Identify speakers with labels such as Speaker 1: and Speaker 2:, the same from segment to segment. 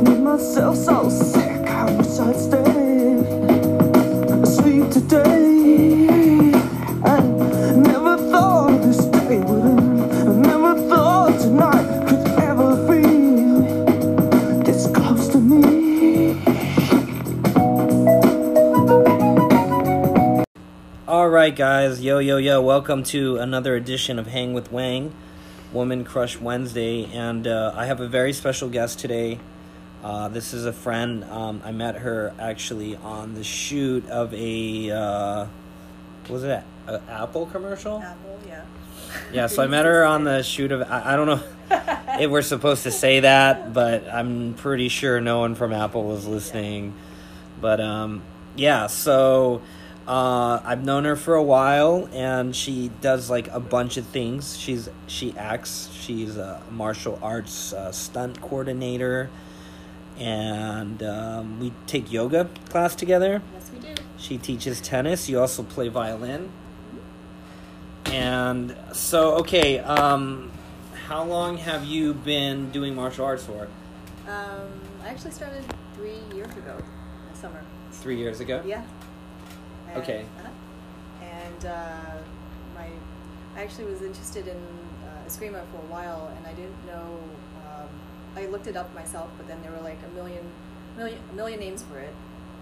Speaker 1: myself so sick. I wish I'd stay asleep today. I never thought this day would end. I never thought tonight could ever be this close to me.
Speaker 2: All right, guys. Yo, yo, yo. Welcome to another edition of Hang with Wang, Woman Crush Wednesday. And uh, I have a very special guest today. Uh, this is a friend. Um, I met her actually on the shoot of a, uh, what was it, an Apple commercial?
Speaker 3: Apple, Oh, yeah.
Speaker 2: Yeah, so I met her on the shoot of, I, I don't know if we're supposed to say that, but I'm pretty sure no one from Apple was listening. But um, yeah, so uh, I've known her for a while, and she does like a bunch of things. She's she acts. She's a martial arts uh, stunt coordinator, and um, we take yoga class together.
Speaker 3: Yes, we do.
Speaker 2: She teaches tennis. You also play violin. And so, okay, um, how long have you been doing martial arts for?
Speaker 3: Um, I actually started three years ago, this summer.
Speaker 2: Three years ago.
Speaker 3: Yeah. And,
Speaker 2: Okay.
Speaker 3: Uh-huh. And uh, my, I actually was interested in uh, Eskrima for a while, and I didn't know. Um, I looked it up myself, but then there were like a million, million, a million names for it.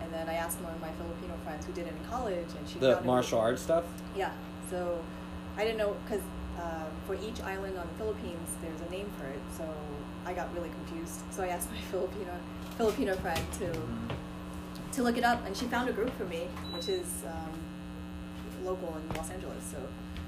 Speaker 3: And then I asked one of my Filipino friends who did it in college, and she
Speaker 2: The
Speaker 3: found it-
Speaker 2: martial arts stuff.
Speaker 3: Yeah. So I didn't know because uh, for each island on the Philippines, there's a name for it. So I got really confused. So I asked my Filipino Filipino friend to
Speaker 2: Mm-hmm.
Speaker 3: to look it up, and she found a group for me, which is um, local in Los Angeles. So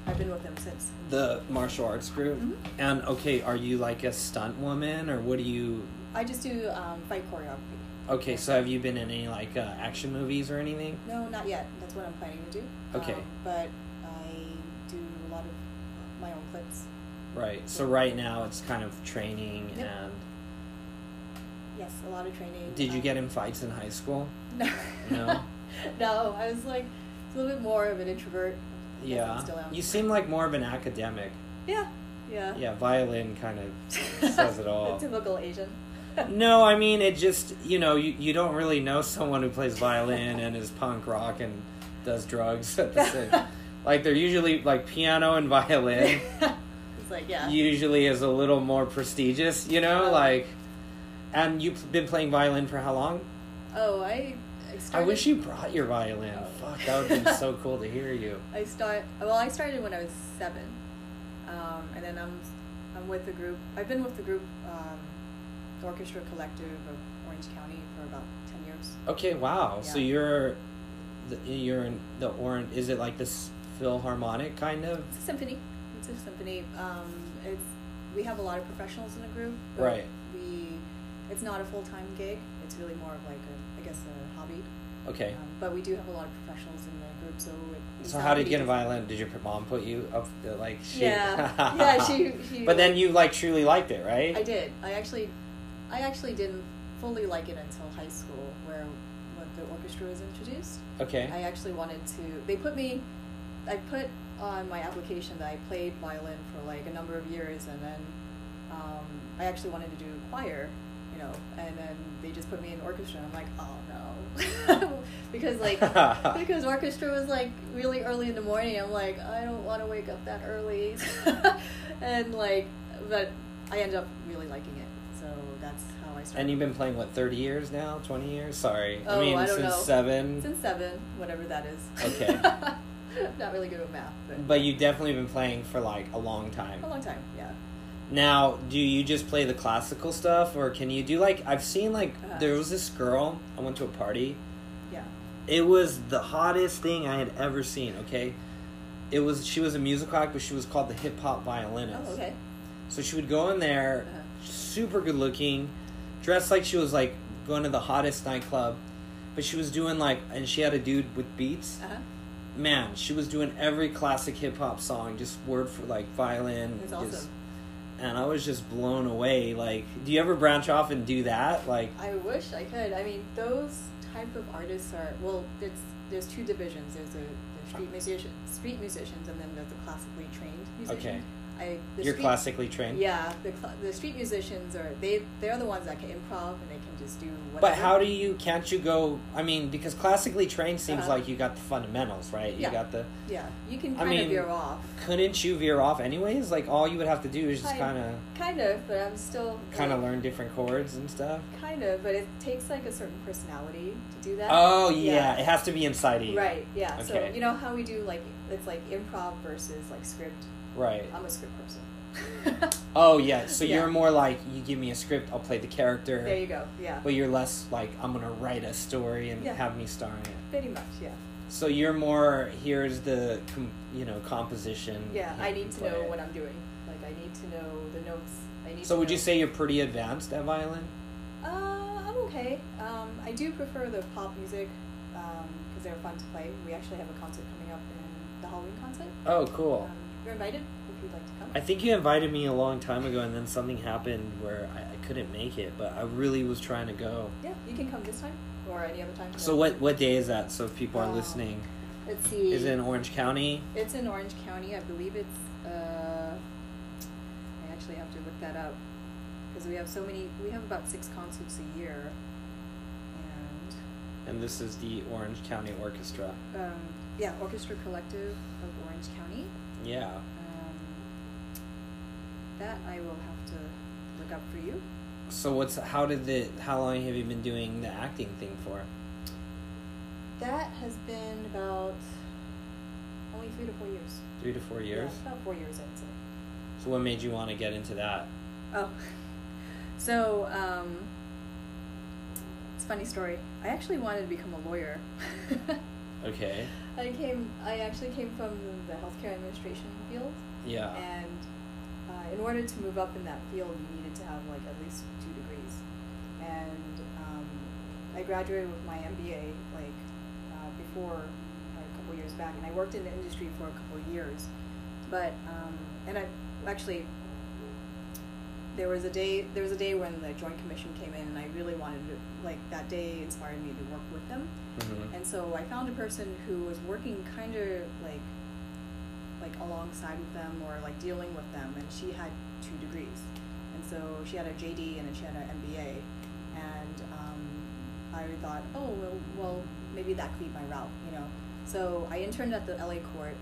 Speaker 3: I've been with them since.
Speaker 2: The martial arts group.
Speaker 3: Mhm.
Speaker 2: And okay, are you like a stunt woman, or what do you?
Speaker 3: I just do um, fight choreography.
Speaker 2: Okay, so have you been in any like uh, action movies or anything?
Speaker 3: No, not yet. That's what I'm planning to do.
Speaker 2: Okay.
Speaker 3: Um, but I do a lot of my own clips.
Speaker 2: Right. So right now it's kind of training
Speaker 3: Yep.
Speaker 2: and.
Speaker 3: Yes, a lot of training.
Speaker 2: Did you
Speaker 3: Um,
Speaker 2: get in fights in high school?
Speaker 3: No.
Speaker 2: No?
Speaker 3: no, I was like a little bit more of an introvert. I guess I
Speaker 2: Yeah.
Speaker 3: still am.
Speaker 2: You seem like more of an academic.
Speaker 3: yeah, yeah.
Speaker 2: Yeah, violin kind of says it all.
Speaker 3: typical Asian.
Speaker 2: No, I mean it just you know you, you don't really know someone who plays violin and is punk rock and does drugs at the same. like they're usually like piano and violin
Speaker 3: it's like yeah.
Speaker 2: usually is a little more prestigious, you know,
Speaker 3: Uh-huh.
Speaker 2: like. And you've been playing violin for how long?
Speaker 3: Oh, I. I,
Speaker 2: I
Speaker 3: started,
Speaker 2: wish you brought your violin.
Speaker 3: Oh.
Speaker 2: Fuck, that would have been so cool to hear you.
Speaker 3: I start. Well, I started when I was seven, um, and then I'm I'm with the group. I've been with the group, um, the Orchestra Collective of Orange County, for about ten years.
Speaker 2: Okay, wow. So
Speaker 3: Yeah.
Speaker 2: you're, the, you're in the orange. Is it like this philharmonic kind of?
Speaker 3: It's a symphony. It's a symphony. Um, it's we have a lot of professionals in the group. but
Speaker 2: Right.
Speaker 3: We, it's not a full time gig. It's really more of like a, I guess, a hobby.
Speaker 2: Okay.
Speaker 3: Um, but we do have a lot of professionals in the group, so. It, it's
Speaker 2: So
Speaker 3: not
Speaker 2: how did you
Speaker 3: really
Speaker 2: get a
Speaker 3: different.
Speaker 2: violin? Did your mom put you up? uh, Like she?
Speaker 3: Yeah, yeah. She, she.
Speaker 2: But then you like truly liked it, right?
Speaker 3: I did. I actually, I actually didn't fully like it until high school, where when the orchestra was introduced.
Speaker 2: Okay.
Speaker 3: I actually wanted to. They put me. I put on my application that I played violin for like a number of years, and then um, I actually wanted to do choir, you know. And then they just put me in orchestra. And I'm like, oh no, because like because orchestra was like really early in the morning. I'm like, I don't want to wake up that early, and like, but I ended up really liking it. So that's how I started.
Speaker 2: and you've been playing what thirty years now? Twenty years? Sorry. I
Speaker 3: Oh,
Speaker 2: mean
Speaker 3: I don't
Speaker 2: since
Speaker 3: know.
Speaker 2: seven.
Speaker 3: Since seven, whatever that is.
Speaker 2: Okay.
Speaker 3: Not really good with math, but,
Speaker 2: but you've definitely been playing for like a long time.
Speaker 3: a long time, yeah.
Speaker 2: Now, do you just play the classical stuff, or can you do like I've seen like
Speaker 3: Uh-huh.
Speaker 2: there was this girl I went to a party.
Speaker 3: Yeah.
Speaker 2: It was the hottest thing I had ever seen. Okay, it was she was a musical act, but she was called the hip hop violinist.
Speaker 3: Oh, okay.
Speaker 2: So she would go in there,
Speaker 3: Uh-huh.
Speaker 2: super good looking, dressed like she was like going to the hottest nightclub, but she was doing like, and she had a dude with beats.
Speaker 3: Uh-huh.
Speaker 2: Man, she was doing every classic hip hop song, just word for like violin.
Speaker 3: That's
Speaker 2: just-
Speaker 3: awesome.
Speaker 2: and I was just blown away. Like, do you ever branch off and do that? Like,
Speaker 3: I wish I could. I mean, those type of artists are well. There's there's two divisions. There's a there's street musician, street musicians, and then there's the classically trained musician.
Speaker 2: Okay.
Speaker 3: I I the
Speaker 2: You're
Speaker 3: street-
Speaker 2: classically trained.
Speaker 3: Yeah, the cl- the street musicians are they they're the ones that can improv and they can just do. Whatever.
Speaker 2: But how do you? Can't you go? I mean, because classically trained seems
Speaker 3: Uh-huh.
Speaker 2: like you got the fundamentals, right? You
Speaker 3: Yeah.
Speaker 2: got the.
Speaker 3: Yeah, you can
Speaker 2: I
Speaker 3: kind
Speaker 2: mean,
Speaker 3: of veer off.
Speaker 2: Couldn't you veer off anyways? Like all you would have to do is just
Speaker 3: Kind-
Speaker 2: kind of,
Speaker 3: Kind of, but I'm still
Speaker 2: kind of
Speaker 3: like,
Speaker 2: learn different chords and stuff.
Speaker 3: Kind of, but it takes like a certain personality to do that.
Speaker 2: Oh yeah, it has to be inside E. you.
Speaker 3: Uh, Right. Yeah. So
Speaker 2: Okay.
Speaker 3: you know how we do like it's like improv versus like script.
Speaker 2: Right.
Speaker 3: I'm a script person.
Speaker 2: Oh yeah. So
Speaker 3: Yeah.
Speaker 2: you're more like you give me a script, I'll play the character.
Speaker 3: there you go. Yeah.
Speaker 2: But you're less like I'm gonna write a story and
Speaker 3: Yeah.
Speaker 2: have me star in it.
Speaker 3: Pretty much. Yeah.
Speaker 2: So you're more here's the com- you know composition.
Speaker 3: Yeah. I need to know what
Speaker 2: I'm.
Speaker 3: I'm doing. Like I need to know the notes. I need.
Speaker 2: So
Speaker 3: to
Speaker 2: would
Speaker 3: know-
Speaker 2: you say you're pretty advanced at violin?
Speaker 3: Uh, I'm okay. Um, I do prefer the pop music because they're fun to play. We actually have a concert coming up in the Halloween concert.
Speaker 2: Oh, cool.
Speaker 3: Um, you're invited if you'd like to come.
Speaker 2: I think you invited me a long time ago, and then something happened where I, I couldn't make it, but I really was trying to go.
Speaker 3: yeah, you can come this time or any other time.
Speaker 2: So what what day is that? So if people are
Speaker 3: Uh,
Speaker 2: listening,
Speaker 3: Let's see.
Speaker 2: is it in Orange County?
Speaker 3: It's in Orange County. I believe it's. Uh, I actually have to look that up because we have so many. We have about six concerts a year, and
Speaker 2: And this is the Orange County Orchestra.
Speaker 3: um, yeah, Orchestra Collective of Orange County.
Speaker 2: Yeah.
Speaker 3: Um, that I will have to look up for you.
Speaker 2: So what's how did the how long have you been doing the acting thing for?
Speaker 3: That has been about only three to four years.
Speaker 2: Three to four years.
Speaker 3: Yeah, about four years, I'd say.
Speaker 2: So what made you want to get into that?
Speaker 3: Oh, so um, it's a funny story. I actually wanted to become a lawyer.
Speaker 2: Okay.
Speaker 3: I came. I actually came from the healthcare administration field,
Speaker 2: Yeah.
Speaker 3: and uh, in order to move up in that field, you needed to have like at least two degrees. And um, I graduated with my MBA like uh, before like, a couple years back, and I worked in the industry for a couple of years. But um, and I actually there was a day there was a day when the Joint Commission came in, and I really wanted to like that day inspired me to work with them.
Speaker 2: Mhm.
Speaker 3: And so I found a person who was working kind of like like alongside with them or like dealing with them and she had two degrees. And so she had a JD and then she had an MBA. And um, I thought, oh well, well maybe that could be my route, you know. So I interned at the LA court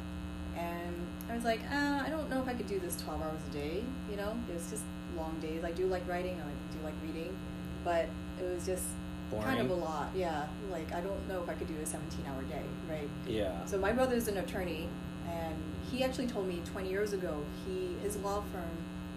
Speaker 3: and I was like, uh, I don't know if I could do this 12 hours a day, you know. It was just long days. I do like writing, I do like reading, but it was just kind of a
Speaker 2: Boring.
Speaker 3: lot. Yeah, like I don't know if I could do a 17 hour day, right?
Speaker 2: Yeah.
Speaker 3: So my brother's an attorney, and he actually told me 20 years ago he his law firm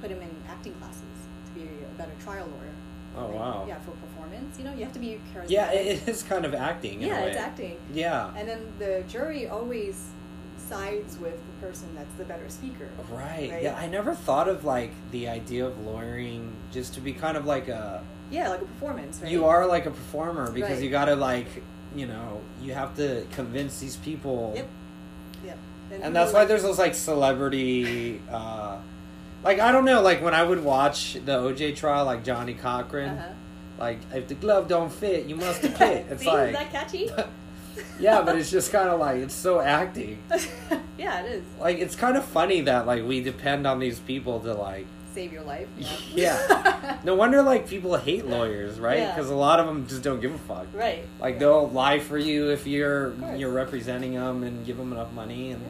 Speaker 3: put him in acting classes to be a better trial lawyer.
Speaker 2: Oh
Speaker 3: Like,
Speaker 2: wow.
Speaker 3: Yeah, for performance. You know, you have to be charismatic.
Speaker 2: Yeah, it is kind of acting. In
Speaker 3: yeah,
Speaker 2: a way.
Speaker 3: it's acting.
Speaker 2: Yeah.
Speaker 3: And then the jury always sides with the person that's the better speaker.
Speaker 2: Right.
Speaker 3: Right?
Speaker 2: Yeah, I never thought of like the idea of lawyering just to be kind of like a
Speaker 3: Yeah, like a performance. Right?
Speaker 2: you are like a performer because
Speaker 3: Right.
Speaker 2: you got to like, you know, you have to convince these people.
Speaker 3: Yep. Yep.
Speaker 2: And that's why there's those like celebrity uh like I don't know, like when I would watch the OJ trial like Johnny Cochran,
Speaker 3: uh
Speaker 2: like if the glove don't fit, you must have fit. It's
Speaker 3: See, is
Speaker 2: like
Speaker 3: that catchy?
Speaker 2: Yeah, but it's just kind of like it's so acting.
Speaker 3: yeah, it is.
Speaker 2: Like it's kind of funny that like we depend on these people to like
Speaker 3: Save your life.
Speaker 2: Yeah. No wonder like people hate lawyers, right?
Speaker 3: Yeah.
Speaker 2: Because a lot of them just don't give a fuck.
Speaker 3: right.
Speaker 2: Like they'll lie for you if you're
Speaker 3: Of course.
Speaker 2: you're representing them and give them enough money and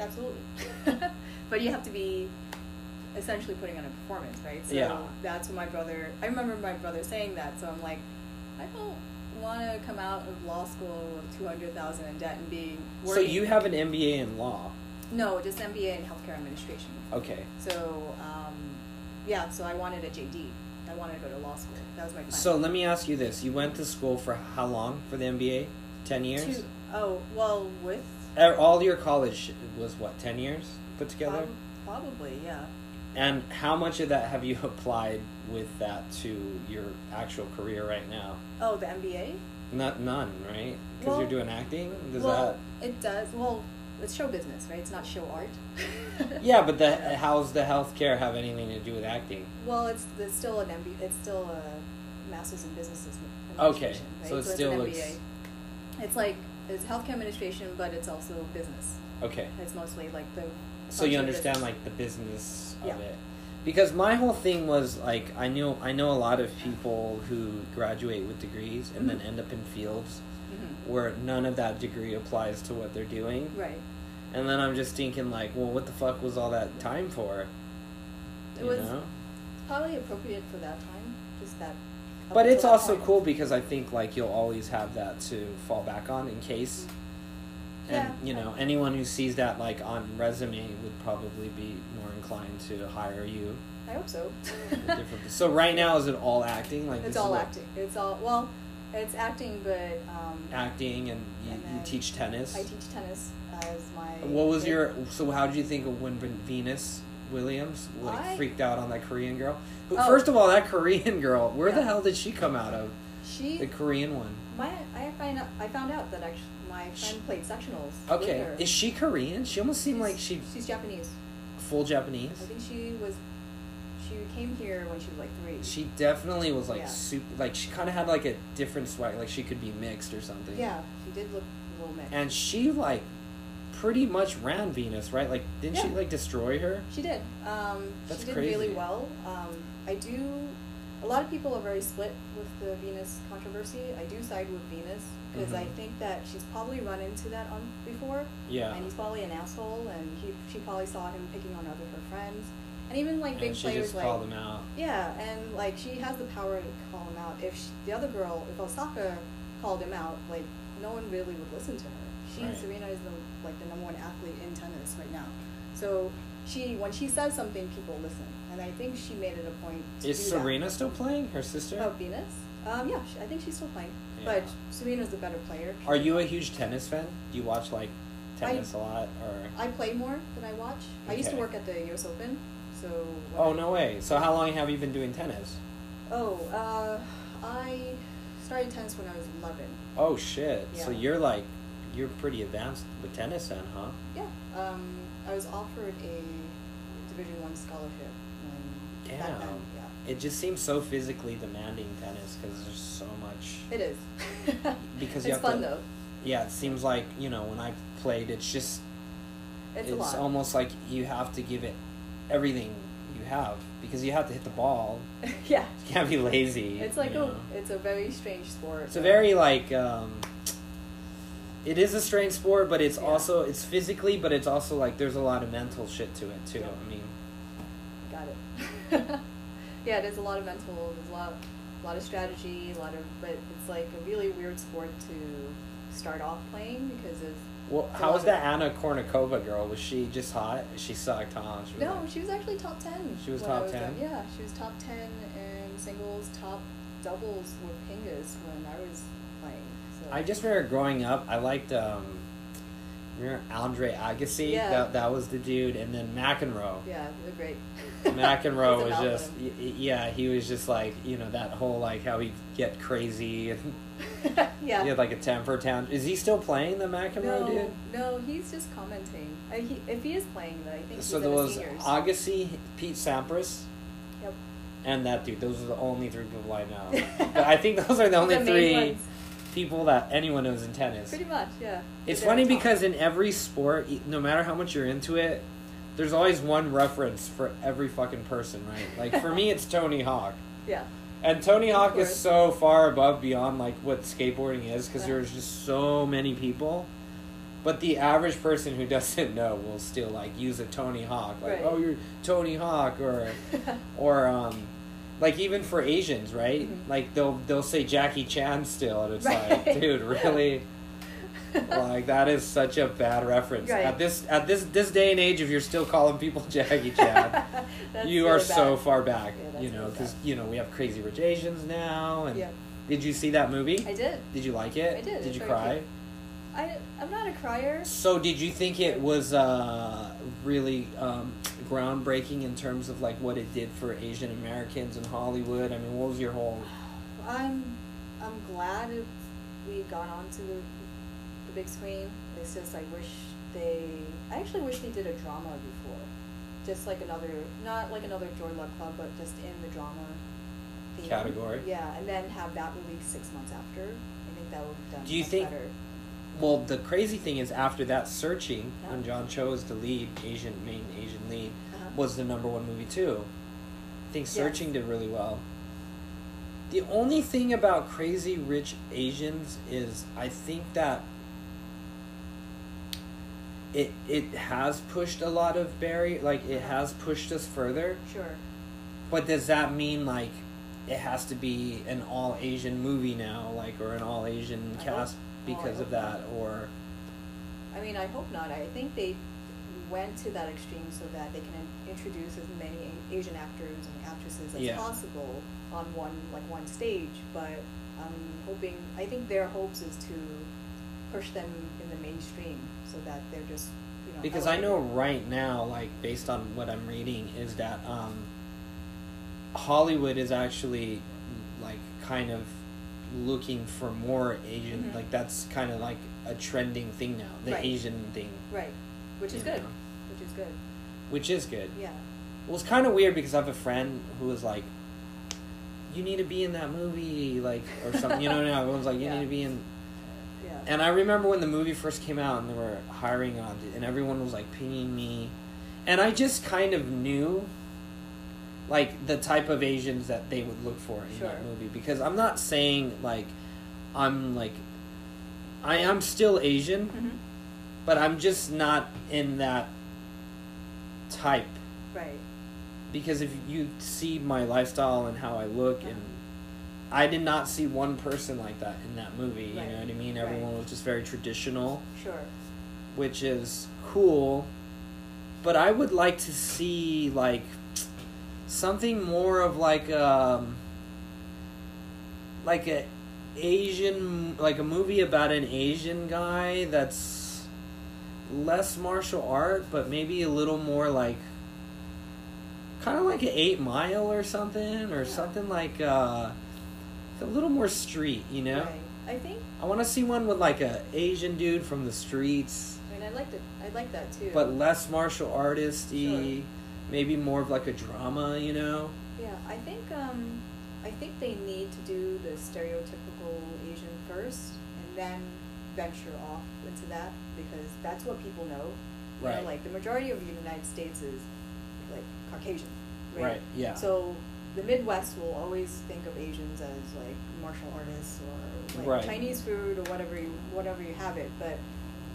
Speaker 3: Absolutely. but you have to be essentially putting on a performance, right? So
Speaker 2: Yeah.
Speaker 3: that's what my brother. I remember my brother saying that. So I'm like, I don't want to come out of law school with two hundred thousand in debt and be.
Speaker 2: so
Speaker 3: Working.
Speaker 2: you have an MBA in law.
Speaker 3: No, just MBA in healthcare administration.
Speaker 2: Okay.
Speaker 3: So, um, yeah. So I wanted a JD. I wanted to go to law school. That was my plan.
Speaker 2: So let me ask you this: You went to school for how long for the MBA? Ten years.
Speaker 3: Two- oh well, with
Speaker 2: Er, All your college was what? Ten years put together.
Speaker 3: prob- probably yeah.
Speaker 2: And how much of that have you applied with that to your actual career right now?
Speaker 3: Oh, the MBA.
Speaker 2: Not none, right? Because
Speaker 3: Well-
Speaker 2: you're doing acting. Does
Speaker 3: well,
Speaker 2: that?
Speaker 3: it does. Well, it's show business, right? It's not show art.
Speaker 2: Yeah, but the how's the healthcare have anything to do with acting?
Speaker 3: Well, it's, it's still an MB, it's still a master's in business admi-
Speaker 2: Okay,
Speaker 3: administration.
Speaker 2: so
Speaker 3: right?
Speaker 2: it still
Speaker 3: it's an
Speaker 2: looks-
Speaker 3: MBA. It's like it's healthcare administration, but it's also business.
Speaker 2: Okay.
Speaker 3: It's mostly like the
Speaker 2: so you
Speaker 3: function
Speaker 2: understand
Speaker 3: business.
Speaker 2: like the business
Speaker 3: Yeah.
Speaker 2: of it because my whole thing was like i knew i know a lot of people who graduate with degrees and
Speaker 3: Mm-hmm.
Speaker 2: then end up in fields
Speaker 3: Mhm.
Speaker 2: where none of that degree applies to what they're doing
Speaker 3: Right.
Speaker 2: and then i'm just thinking like well what the fuck was all that time for
Speaker 3: It
Speaker 2: you
Speaker 3: was
Speaker 2: know
Speaker 3: probably appropriate for that time, just that. up
Speaker 2: but it's
Speaker 3: until that
Speaker 2: also
Speaker 3: time.
Speaker 2: cool because i think like you'll always have that to fall back on in case and
Speaker 3: Yeah.
Speaker 2: you know anyone who sees that like on resume would probably be more inclined to hire you
Speaker 3: I hope so.
Speaker 2: different. So right now, is it all acting? Like this
Speaker 3: it's
Speaker 2: is
Speaker 3: all
Speaker 2: what-
Speaker 3: acting. It's all well, it's acting, but um,
Speaker 2: acting, and you,
Speaker 3: And
Speaker 2: you
Speaker 3: then
Speaker 2: teach tennis.
Speaker 3: I teach tennis as my.
Speaker 2: what was
Speaker 3: big-
Speaker 2: your? So how did you think of when Ven- Venus Williams like
Speaker 3: I-
Speaker 2: freaked out on that Korean girl? But
Speaker 3: Oh.
Speaker 2: first of all, that Korean girl, where the
Speaker 3: Yeah.
Speaker 2: hell did she come out of?
Speaker 3: She
Speaker 2: The Korean one.
Speaker 3: my I find out, I found out that actually my friend played sectionals.
Speaker 2: Okay,
Speaker 3: with her.
Speaker 2: is she Korean? She almost seemed like she
Speaker 3: She's Japanese.
Speaker 2: full Japanese.
Speaker 3: I think she was. She came here when she was like three.
Speaker 2: She definitely was like
Speaker 3: Yeah.
Speaker 2: super. Like she kind of had like a different swag. Like she could be mixed or something.
Speaker 3: Yeah, she did look a little mixed.
Speaker 2: And she like pretty much ran Venus, right? Like didn't she
Speaker 3: Yeah.
Speaker 2: like destroy her?
Speaker 3: She did. Um,
Speaker 2: That's
Speaker 3: she did
Speaker 2: crazy.
Speaker 3: really well. Um, I do. A lot of people are very split with the Venus controversy. I do side with Venus because I
Speaker 2: Mhm.
Speaker 3: think that she's probably run into that on before,
Speaker 2: Yeah.
Speaker 3: and he's probably an asshole, and he she probably saw him picking on other her friends, and even like big
Speaker 2: and she
Speaker 3: players
Speaker 2: just
Speaker 3: like
Speaker 2: called him out.
Speaker 3: yeah, and like she has the power to call him out. If she, the other girl, if Osaka called him out, like no one really would listen to her. She
Speaker 2: Right.
Speaker 3: Serena is the like the number one athlete in tennis right now. So she when she says something, people listen, and I think she made it a point. To
Speaker 2: Is
Speaker 3: do that.
Speaker 2: Serena still playing? Her sister?
Speaker 3: Oh, Venus. Um, yeah, she, I think she's still playing,
Speaker 2: Yeah.
Speaker 3: but Serena's the better player.
Speaker 2: Are you a huge tennis fan? Do you watch like tennis a
Speaker 3: I-
Speaker 2: lot or?
Speaker 3: I play more than I watch. I used to
Speaker 2: Okay.
Speaker 3: work at the U.S. Open, so. when
Speaker 2: oh
Speaker 3: I-
Speaker 2: no way! So how long have you been doing tennis?
Speaker 3: Oh, uh, I started tennis when I was eleven.
Speaker 2: Oh shit! So
Speaker 3: Yeah.
Speaker 2: you're like, you're pretty advanced with tennis then, huh?
Speaker 3: Yeah, um, I was offered a Division One scholarship. When,
Speaker 2: Damn.
Speaker 3: Back then, yeah,
Speaker 2: It just seems so physically demanding tennis because there's so much.
Speaker 3: it is.
Speaker 2: Because
Speaker 3: it's
Speaker 2: you have
Speaker 3: fun
Speaker 2: to-
Speaker 3: though.
Speaker 2: Yeah, it seems like you know when I played, it's just
Speaker 3: It's, a lot.
Speaker 2: almost like you have to give it everything you have because you have to hit the ball.
Speaker 3: yeah,
Speaker 2: You can't be lazy.
Speaker 3: it's like
Speaker 2: you
Speaker 3: a
Speaker 2: know?
Speaker 3: it's a very strange sport.
Speaker 2: It's a very like um it is a strange sport, but it's
Speaker 3: Yeah.
Speaker 2: also it's physically, but it's also like there's a lot of mental shit to it too.
Speaker 3: Yeah.
Speaker 2: I mean,
Speaker 3: got it. yeah, there's a lot of mental, there's a lot, a lot of strategy, a lot of, but it's like a really weird sport to start off playing because it's
Speaker 2: well,
Speaker 3: It's a
Speaker 2: how
Speaker 3: lot
Speaker 2: was
Speaker 3: of-
Speaker 2: that Anna Kornikova girl? Was she just hot? She sucked, huh? She was
Speaker 3: no,
Speaker 2: like-
Speaker 3: she was actually top ten.
Speaker 2: She was
Speaker 3: when I
Speaker 2: top
Speaker 3: was
Speaker 2: 10?
Speaker 3: young. Yeah, she was top ten in singles, top doubles with Pingas when I was playing. So
Speaker 2: I just remember growing up, I liked um remember Andre Agassi?
Speaker 3: Yeah.
Speaker 2: That that was the dude, and then McEnroe.
Speaker 3: Yeah, they're great.
Speaker 2: McEnroe
Speaker 3: He's a
Speaker 2: was just
Speaker 3: Malcolm.
Speaker 2: y- y- yeah, he was just like you know that whole like how he get crazy and
Speaker 3: yeah.
Speaker 2: he had like a temper tantrum. Is he still playing the McEnroe
Speaker 3: no,
Speaker 2: dude?
Speaker 3: no, he's just commenting. Uh, he, if he is playing, though, I
Speaker 2: So
Speaker 3: think he's in
Speaker 2: there
Speaker 3: the
Speaker 2: was
Speaker 3: seniors.
Speaker 2: Agassi, Pete Sampras,
Speaker 3: Yep.
Speaker 2: and that dude. Those are the only three people I know. but I think those are the only
Speaker 3: main
Speaker 2: three
Speaker 3: ones.
Speaker 2: people that anyone knows in tennis.
Speaker 3: Pretty much, yeah.
Speaker 2: It's
Speaker 3: They're
Speaker 2: funny
Speaker 3: top.
Speaker 2: because in every sport, e- no matter how much you're into it, there's always one reference for every fucking person, right? Like for me, it's Tony Hawk.
Speaker 3: yeah,
Speaker 2: And Tony
Speaker 3: Of
Speaker 2: Hawk is
Speaker 3: course.
Speaker 2: so far above beyond like what skateboarding is because
Speaker 3: Yeah.
Speaker 2: there's just so many people. But the average person who doesn't know will still like use a Tony Hawk, like
Speaker 3: Right.
Speaker 2: oh you're Tony Hawk or or um like even for Asians, right?
Speaker 3: Mhm.
Speaker 2: Like they'll they'll say Jackie Chan still, and it's like
Speaker 3: Right.
Speaker 2: dude, really. like that is such a bad reference
Speaker 3: Right.
Speaker 2: at this at this this day and age if you're still calling people Jackie Chan
Speaker 3: That's
Speaker 2: you
Speaker 3: really
Speaker 2: are
Speaker 3: bad.
Speaker 2: so far back,
Speaker 3: Yeah, that's
Speaker 2: you know,
Speaker 3: really
Speaker 2: because you know we have Crazy Rich Asians now. And
Speaker 3: Yeah.
Speaker 2: did you see that movie?
Speaker 3: I did.
Speaker 2: Did you like it?
Speaker 3: I did.
Speaker 2: Did
Speaker 3: It's
Speaker 2: you
Speaker 3: very
Speaker 2: cry?
Speaker 3: cute. I I'm not a crier.
Speaker 2: So did you think it was uh, really um, groundbreaking in terms of like what it did for Asian Americans in Hollywood? I mean, what was your whole?
Speaker 3: I'm I'm glad it- we got onto the, the big screen. It's just I wish they I actually wish they did a drama before, just like another not like another Joy Luck Club, but just in the drama theme.
Speaker 2: Category?
Speaker 3: Yeah, and then have that released six months after. I think that would have done
Speaker 2: Do you
Speaker 3: much
Speaker 2: think-
Speaker 3: better.
Speaker 2: well, the crazy thing is after that searching,
Speaker 3: Yeah.
Speaker 2: when John chose to lead Asian main Asian lead,
Speaker 3: Uh-huh.
Speaker 2: was the number one movie too. I think Searching did really well. The only thing about Crazy Rich Asians is I think that it it has pushed a lot of Barry, like it has pushed us further.
Speaker 3: Sure.
Speaker 2: But does that mean like it has to be an all Asian movie now, like or an all Asian
Speaker 3: I
Speaker 2: cast
Speaker 3: hope- oh, I
Speaker 2: because
Speaker 3: hope
Speaker 2: of that, or
Speaker 3: I mean, I hope not. I think they went to that extreme so that they can in- introduce as many A- Asian actors and actresses as
Speaker 2: Yeah.
Speaker 3: possible on one like one stage. But I'm hoping. I think their hopes is to push them in the mainstream so that they're just you know.
Speaker 2: because I know
Speaker 3: elevated.
Speaker 2: right now, like based on what I'm reading, is that um, Hollywood is actually like kind of looking for more Asian.
Speaker 3: Mhm.
Speaker 2: Like that's kind of like a trending thing now, the
Speaker 3: Right.
Speaker 2: Asian thing,
Speaker 3: Right, which is
Speaker 2: Yeah.
Speaker 3: good. Which is good.
Speaker 2: which is good.
Speaker 3: Yeah.
Speaker 2: Well, it's kind of weird because I have a friend who was like, "You need to be in that movie," like or something. You know, now everyone's like, "You
Speaker 3: Yeah.
Speaker 2: need to be in."
Speaker 3: Yeah.
Speaker 2: And I remember when the movie first came out and they were hiring on, and everyone was like pinging me, and I just kind of knew, like the type of Asians that they would look for in
Speaker 3: Sure.
Speaker 2: that movie. Because I'm not saying like, I'm like, I am still Asian,
Speaker 3: Mhm.
Speaker 2: but I'm just not in that type
Speaker 3: Right.
Speaker 2: because if you see my lifestyle and how I look and I did not see one person like that in that movie,
Speaker 3: Right.
Speaker 2: you know what I mean?
Speaker 3: Right.
Speaker 2: Everyone was just very traditional,
Speaker 3: Sure.
Speaker 2: which is cool, but I would like to see like something more of like um like a Asian like a movie about an Asian guy that's less martial art but maybe a little more like kind of like an 8 mile or something or
Speaker 3: Yeah.
Speaker 2: something like uh a little more street, you know?
Speaker 3: Right. I think.
Speaker 2: I want to see one with like a Asian dude from the streets
Speaker 3: I mean, I liked it. I like that too.
Speaker 2: but less martial artisty,
Speaker 3: Sure.
Speaker 2: maybe more of like a drama, you know?
Speaker 3: Yeah, I think um, I think they need to do the stereotypical Asian first, and then venture off into that because that's what people know. You know,
Speaker 2: Right.
Speaker 3: like the majority of the United States is like Caucasian, right?
Speaker 2: Right, yeah.
Speaker 3: So the Midwest will always think of Asians as like martial artists or like
Speaker 2: Right.
Speaker 3: Chinese food or whatever you, whatever you have it, but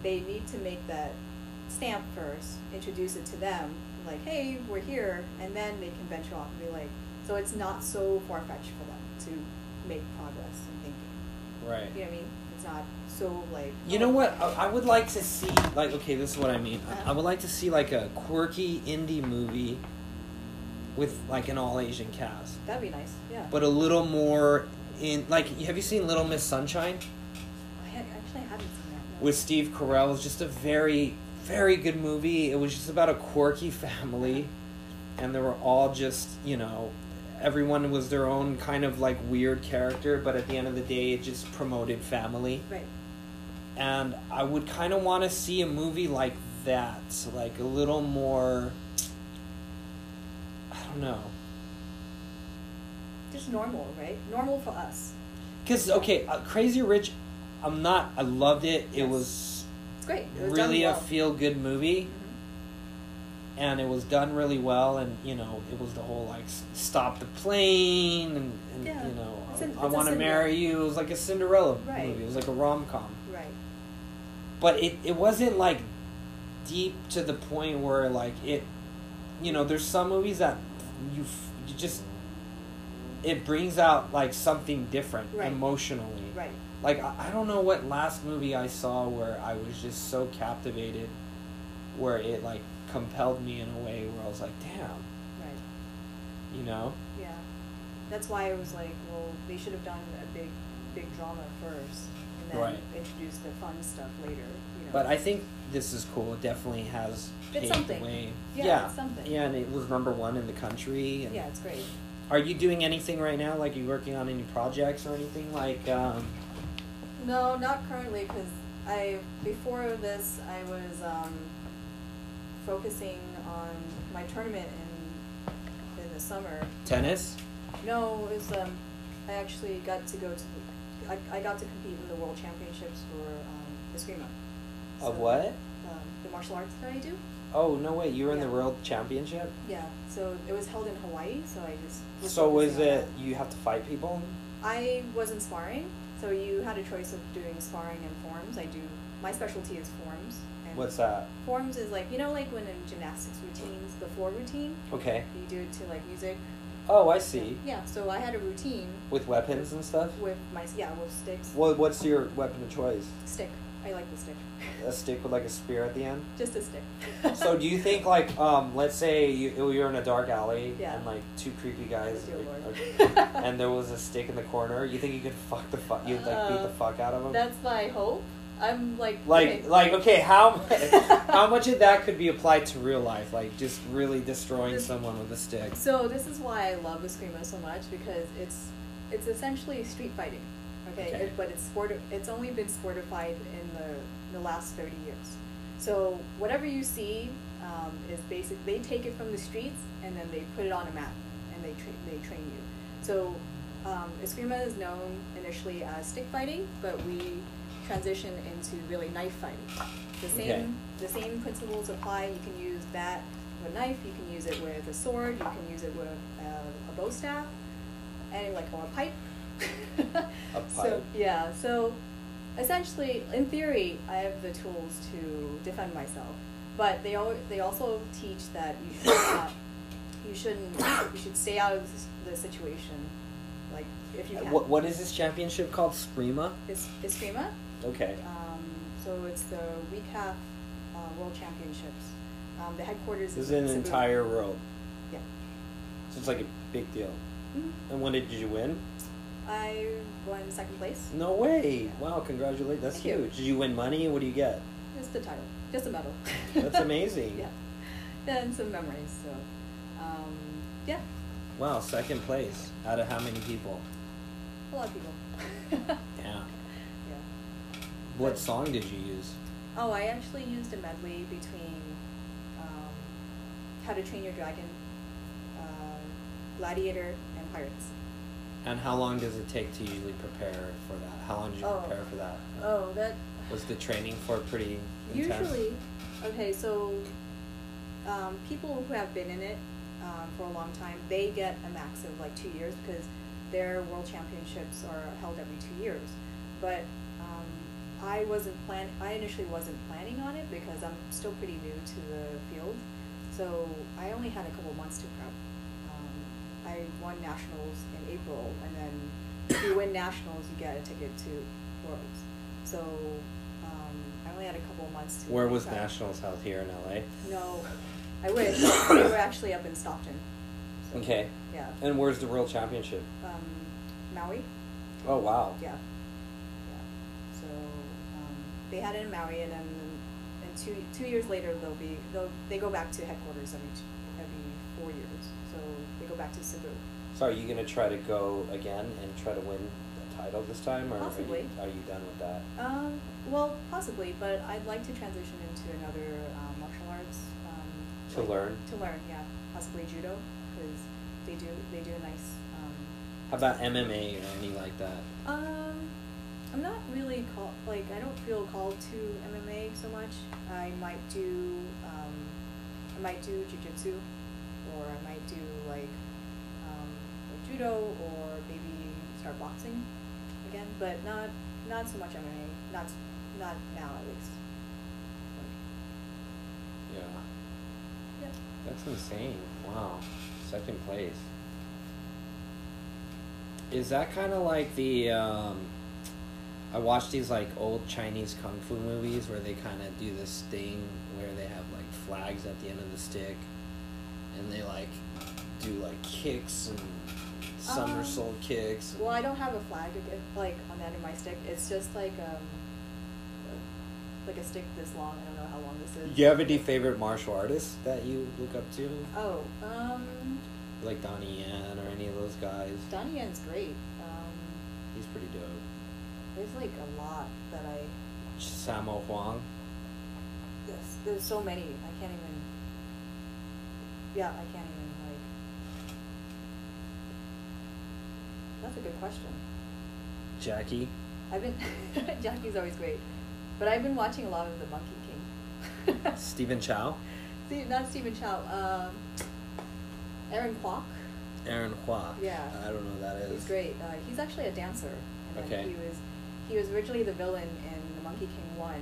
Speaker 3: they need to make that stamp first, introduce it to them, like, hey, we're here, and then they can venture off and be like, so it's not so far fetched for them to make progress and thinking.
Speaker 2: Right.
Speaker 3: You know what I mean? It's not so like. "Oh,
Speaker 2: You know what? I, I would like to see like okay, this is what I mean.
Speaker 3: Uh-huh.
Speaker 2: I, I would like to see like a quirky indie movie with like an all Asian cast,
Speaker 3: That'd be nice. Yeah.
Speaker 2: but a little more in like have you seen Little Miss Sunshine
Speaker 3: I had, actually I haven't seen that. no.
Speaker 2: with Steve Carell? It was just a very very good movie. It was just about a quirky family and they were all just, you know, everyone was their own kind of like weird character, but at the end of the day it just promoted family.
Speaker 3: Right.
Speaker 2: and I would kind of want to see a movie like that, like a little more. I don't know,
Speaker 3: Just normal, right? Normal for us.
Speaker 2: because okay, uh, Crazy Rich, I'm not. I loved it. It
Speaker 3: Yes.
Speaker 2: was
Speaker 3: It's great. It was done
Speaker 2: really
Speaker 3: well.
Speaker 2: a feel good movie,
Speaker 3: Mhm.
Speaker 2: and it was done really well. And you know, it was the whole like s- stop the plane, and, and
Speaker 3: Yeah.
Speaker 2: you know,
Speaker 3: It's an-
Speaker 2: I
Speaker 3: it's a
Speaker 2: want to marry
Speaker 3: Cinderella.
Speaker 2: you. It was like a Cinderella
Speaker 3: Right.
Speaker 2: movie. It was like a rom com.
Speaker 3: Right.
Speaker 2: but it, it wasn't like deep to the point where like it you know there's some movies that you, f- you just it brings out like something different
Speaker 3: Right.
Speaker 2: emotionally
Speaker 3: Right.
Speaker 2: like I, I don't know what last movie i saw where i was just so captivated where it like compelled me in a way where i was like damn
Speaker 3: Right.
Speaker 2: you know
Speaker 3: Yeah. That's why I was like, well, they should have done a big, big drama first, and then
Speaker 2: Right.
Speaker 3: introduce the fun stuff later. You know.
Speaker 2: but i think this is cool it definitely has
Speaker 3: It's
Speaker 2: paved
Speaker 3: something.
Speaker 2: the way
Speaker 3: Yeah,
Speaker 2: yeah
Speaker 3: it's something.
Speaker 2: yeah and it was number one in the country and
Speaker 3: yeah, it's great.
Speaker 2: Are you doing anything right now? Like, you working on any projects or anything? Like, um,
Speaker 3: No, not currently, because I before this I was um, focusing on my tournament in in the summer.
Speaker 2: tennis?
Speaker 3: No, it was um, I actually got to go to, the, I, I got to compete in the world championships for um, Eskrima.
Speaker 2: Of what?
Speaker 3: Um, the martial arts that I do.
Speaker 2: Oh no way! You were in the
Speaker 3: Yeah.
Speaker 2: world championship.
Speaker 3: Yeah. So it was held in Hawaii. So I just.
Speaker 2: So was
Speaker 3: focusing on
Speaker 2: it
Speaker 3: that.
Speaker 2: you have to fight people?
Speaker 3: I wasn't sparring, so you had a choice of doing sparring and forms. I do. My specialty is forms. And
Speaker 2: What's that?
Speaker 3: Forms is like you know, like when in gymnastics routines, the floor routine.
Speaker 2: Okay.
Speaker 3: You do it to like music.
Speaker 2: Oh, I see.
Speaker 3: Yeah. So I had a routine
Speaker 2: With weapons and stuff.
Speaker 3: with my yeah with sticks.
Speaker 2: What What's your weapon of choice?
Speaker 3: Stick. I like the stick.
Speaker 2: A stick with like a spear at the end.
Speaker 3: Just a stick.
Speaker 2: Uh, So do you think like um let's say you you're in a dark alley
Speaker 3: Yeah.
Speaker 2: and like two creepy guys
Speaker 3: Dear
Speaker 2: are-
Speaker 3: Lord.
Speaker 2: are- and there was a stick in the corner you think you could fuck the fuck you would like beat
Speaker 3: Uh,
Speaker 2: the fuck out of them
Speaker 3: That's my hope. I'm like
Speaker 2: like
Speaker 3: okay.
Speaker 2: like okay how mu- how much of that could be applied to real life like just really destroying
Speaker 3: This-
Speaker 2: someone with a stick
Speaker 3: So this is why I love Eskrima so much because it's it's essentially street fighting, okay?
Speaker 2: Okay.
Speaker 3: It- but it's sport. It's only been sportified in the in the last thirty years. So whatever you see um, is basic. They take it from the streets and then they put it on a map and they tra- they train you. So um, Eskrima is known initially as stick fighting, but we transition into really knife fighting. The same
Speaker 2: Okay.
Speaker 3: the same principles apply. You can use that with a knife. You can use it with a sword. You can use it with uh, a bow staff, and like or a pipe.
Speaker 2: A
Speaker 3: So
Speaker 2: pipe.
Speaker 3: yeah. So essentially, in theory, I have the tools to defend myself. But they al- they also teach that you should not, you shouldn't you should stay out of the s- the situation, like if you can.
Speaker 2: Uh, what what is this championship called Sprema
Speaker 3: Is is FEMA?
Speaker 2: okay
Speaker 3: Um, so it's the WECAF uh, World Championships. Um, the headquarters
Speaker 2: this is an
Speaker 3: Cebu.
Speaker 2: entire world
Speaker 3: Yeah.
Speaker 2: so it's like a big deal
Speaker 3: Mhm.
Speaker 2: and when did you win
Speaker 3: I won second place.
Speaker 2: no way wow congratulations that's
Speaker 3: Thank you.
Speaker 2: huge did you win money what do you get
Speaker 3: Just the title, just a medal.
Speaker 2: That's amazing.
Speaker 3: yeah, and some memories. So, um, yeah,
Speaker 2: Wow, second place out of how many people?
Speaker 3: a lot of people.
Speaker 2: Yeah.
Speaker 3: yeah.
Speaker 2: What song did you use?
Speaker 3: Oh, I actually used a medley between um, How to Train Your Dragon, uh, Gladiator, and Pirates.
Speaker 2: And how long does it take to usually prepare for that? How long did you
Speaker 3: Oh.
Speaker 2: prepare for that?
Speaker 3: Oh, that
Speaker 2: Was the training for pretty intense?
Speaker 3: Usually, okay, so um, people who have been in it um, for a long time, they get a max of like two years because their world championships are held every two years. But um, I wasn't plan. I initially wasn't planning on it because I'm still pretty new to the field, so I only had a couple months to prep. Um, I won nationals in April, and then if you win nationals, you get a ticket to worlds. So um, I only had a couple months to.
Speaker 2: Where was
Speaker 3: prep.
Speaker 2: Nationals held here in LA?
Speaker 3: No, I wish. we were actually up in Stockton. So,
Speaker 2: Okay.
Speaker 3: Yeah.
Speaker 2: And where's the World Championship?
Speaker 3: Um, Maui.
Speaker 2: Oh wow.
Speaker 3: Yeah. Yeah. So um, they had it in Maui, and then and two two years later they'll be they'll they go back to headquarters every t- every four years. So they go back to Cebu.
Speaker 2: So are you gonna try to go again and try to win the title this time, or Are,
Speaker 3: Possibly.
Speaker 2: you, are you done with that?
Speaker 3: Um, well, possibly, but I'd like to transition into another um, martial arts. Um,
Speaker 2: To
Speaker 3: like-
Speaker 2: learn?
Speaker 3: To learn, yeah, possibly judo because they do they do a nice. Um,
Speaker 2: How about MMA or any like that?
Speaker 3: um, I'm not really called like I don't feel called to MMA so much. I might do um, I might do jujitsu, or I might do like um, like judo, or maybe start boxing again, but not not so much MMA. Not not now at least.
Speaker 2: Yeah.
Speaker 3: Yeah.
Speaker 2: That's insane. Wow. Second place. Is that kind of like the. Um, I watch these like old Chinese kung fu movies where they kind of do this thing where they have like flags at the end of the stick and they like do like kicks and somersault kicks.
Speaker 3: Well, I don't have a flag ag- like on the end of my stick. It's just like um, like a stick this long. I don't know how long this is.
Speaker 2: Do you have any favorite martial artists that you look up to?
Speaker 3: Oh, um,
Speaker 2: Like Donnie Yen or any of those guys?
Speaker 3: Donnie Yen's great. Um,
Speaker 2: He's pretty dope.
Speaker 3: there's like a lot that I.
Speaker 2: Sammo Huang.
Speaker 3: There's, there's so many. I can't even. Yeah, I can't even like. That's a good question.
Speaker 2: Jackie.
Speaker 3: I've been Jackie's always great. But I've been watching a lot of the Monkey King.
Speaker 2: Stephen Chow,
Speaker 3: See, not Stephen Chow. Um, Aaron Kwok.
Speaker 2: Aaron Hua.
Speaker 3: Yeah.
Speaker 2: I don't know who that is.
Speaker 3: He's great. Uh, he's actually a dancer. And then
Speaker 2: Okay.
Speaker 3: He was he was originally the villain in The Monkey King One,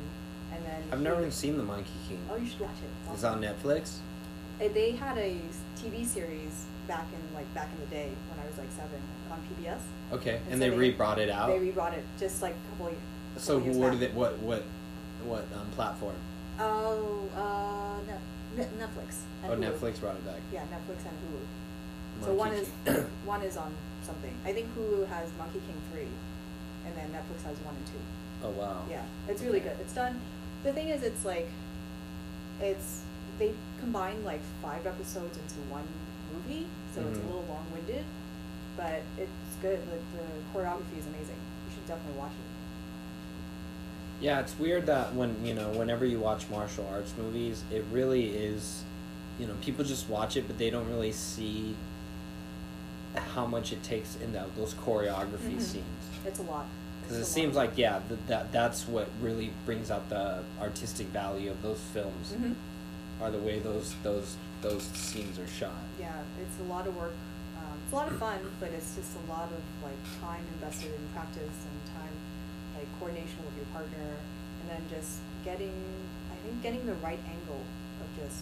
Speaker 3: and then
Speaker 2: I've
Speaker 3: he-
Speaker 2: never even seen The Monkey King.
Speaker 3: Oh, you should watch it.
Speaker 2: It's on Netflix.
Speaker 3: Uh, They had a s- TV series back in like back in the day when I was like seven on PBS.
Speaker 2: Okay, and,
Speaker 3: so
Speaker 2: they re-brought it out.
Speaker 3: They re-brought it just like a couple of couple
Speaker 2: Oh. so
Speaker 3: years
Speaker 2: what
Speaker 3: back.
Speaker 2: did it? What what what um, platform?
Speaker 3: Oh, uh, no, Ne- Netflix. and
Speaker 2: Oh,
Speaker 3: Hulu.
Speaker 2: Netflix brought it back.
Speaker 3: Yeah, Netflix and Hulu. so one
Speaker 2: Monkey
Speaker 3: is
Speaker 2: King.
Speaker 3: one is on something. I think Hulu has Monkey King three, and then Netflix has one and two.
Speaker 2: oh wow.
Speaker 3: Yeah, it's really good. It's done. The thing is, it's like, it's they combine like five episodes into one movie, so it's a
Speaker 2: Mhm.
Speaker 3: little long-winded, but it's good. The, the choreography is amazing. You should definitely watch it.
Speaker 2: Yeah, it's weird that when you know, whenever you watch martial arts movies, it really is, you know, people just watch it, but they don't really see how much it takes in that those choreography
Speaker 3: Mhm.
Speaker 2: scenes.
Speaker 3: It's a lot. It's
Speaker 2: Because
Speaker 3: a
Speaker 2: it
Speaker 3: lot.
Speaker 2: seems like yeah, th- that that's what really brings out the artistic value of those films,
Speaker 3: Mhm.
Speaker 2: are the way those those those scenes are shot.
Speaker 3: Yeah, it's a lot of work. Um, it's a lot of fun, but it's just a lot of like time invested in practice and time, like coordination with your partner, and then just getting, I think, getting the right angle of just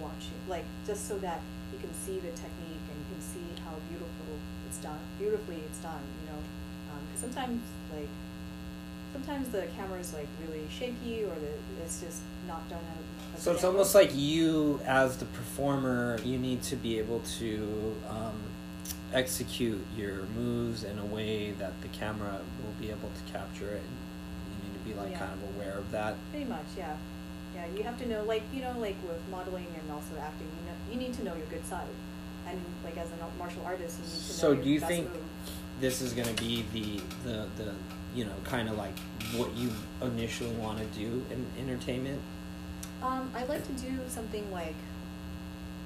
Speaker 3: watching, like just so that you can see the technique and you can see how beautiful it's done, beautifully it's done, you know. Because sometimes like sometimes the camera's like really shaky or the, it's just not done at. a- at
Speaker 2: So
Speaker 3: the
Speaker 2: it's
Speaker 3: angle.
Speaker 2: almost like you, as the performer, you need to be able to um, execute your moves in a way that the camera will be able to capture it. You need to be like
Speaker 3: Yeah.
Speaker 2: kind of aware of that.
Speaker 3: Pretty much, yeah. Yeah, you have to know, like, you know, like with modeling and also acting, you know, you need to know your good side. And, like, as a martial artist, you need to know
Speaker 2: So
Speaker 3: your
Speaker 2: do you
Speaker 3: best
Speaker 2: think
Speaker 3: move.
Speaker 2: this is going to be the the the you know kind of like what you initially want to do in entertainment?
Speaker 3: Um, I'd like to do something like,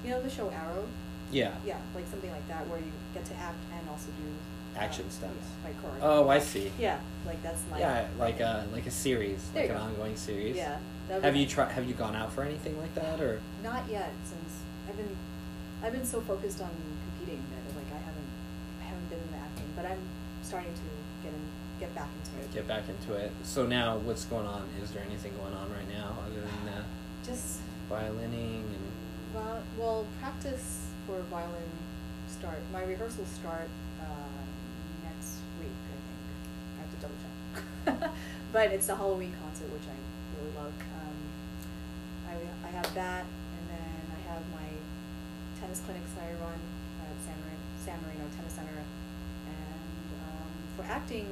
Speaker 3: you know, the show Arrow?
Speaker 2: Yeah.
Speaker 3: Yeah, like something like that where you get to act and also do um,
Speaker 2: Action stunts.
Speaker 3: Yeah, like choreography.
Speaker 2: Oh, I see.
Speaker 3: Yeah, like that's my.
Speaker 2: Yeah, like a like a series,
Speaker 3: There
Speaker 2: like
Speaker 3: you
Speaker 2: an
Speaker 3: go.
Speaker 2: ongoing series.
Speaker 3: Yeah. that would
Speaker 2: Have
Speaker 3: be
Speaker 2: you
Speaker 3: nice.
Speaker 2: tried? Have you gone out for anything like that or?
Speaker 3: Not yet, since I've been I've been so focused on competing that like I haven't I haven't been in the acting, but I'm starting to get in, get back into it.
Speaker 2: get back into it. So now, what's going on? Is there anything going on right now other than that
Speaker 3: Just
Speaker 2: violining and
Speaker 3: well, well practice for violin start. My rehearsals start um, next week, I think. I have to double check. but it's the Halloween concert, which I really love. Um, I I have that, and then I have my tennis clinics that I run at San Marino, San Marino Tennis Center. And um, for acting,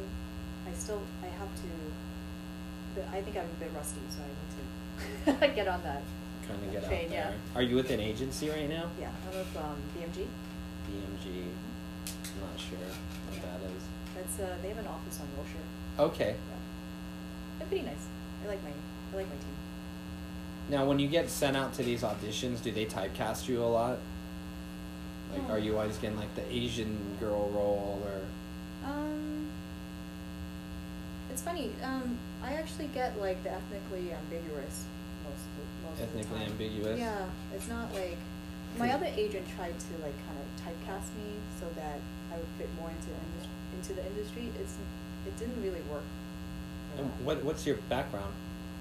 Speaker 3: I still I have to. But I think I'm a bit rusty, so I need to get on that.
Speaker 2: kind of get
Speaker 3: Train,
Speaker 2: out there?
Speaker 3: yeah.
Speaker 2: Are you with an agency right now?
Speaker 3: Yeah, I'm with um, BMG.
Speaker 2: BMG. I'm not sure what that is.
Speaker 3: That's uh, they have an office on Wilshire.
Speaker 2: Okay.
Speaker 3: Yeah. They're pretty nice. I like my I like my team.
Speaker 2: Now, when you get sent out to these auditions, do they typecast you a lot? Like,
Speaker 3: No.
Speaker 2: are you always getting like the Asian girl role or?
Speaker 3: Um, it's funny. Um, I actually get like the ethnically ambiguous most most of the
Speaker 2: Ethnically
Speaker 3: time.
Speaker 2: ambiguous? Hmm.
Speaker 3: Yeah, it's not like my other agent tried to like kind of typecast me so that I would fit more into indus- into the industry. It's it didn't really work. for
Speaker 2: And
Speaker 3: that.
Speaker 2: Um, what What's your background?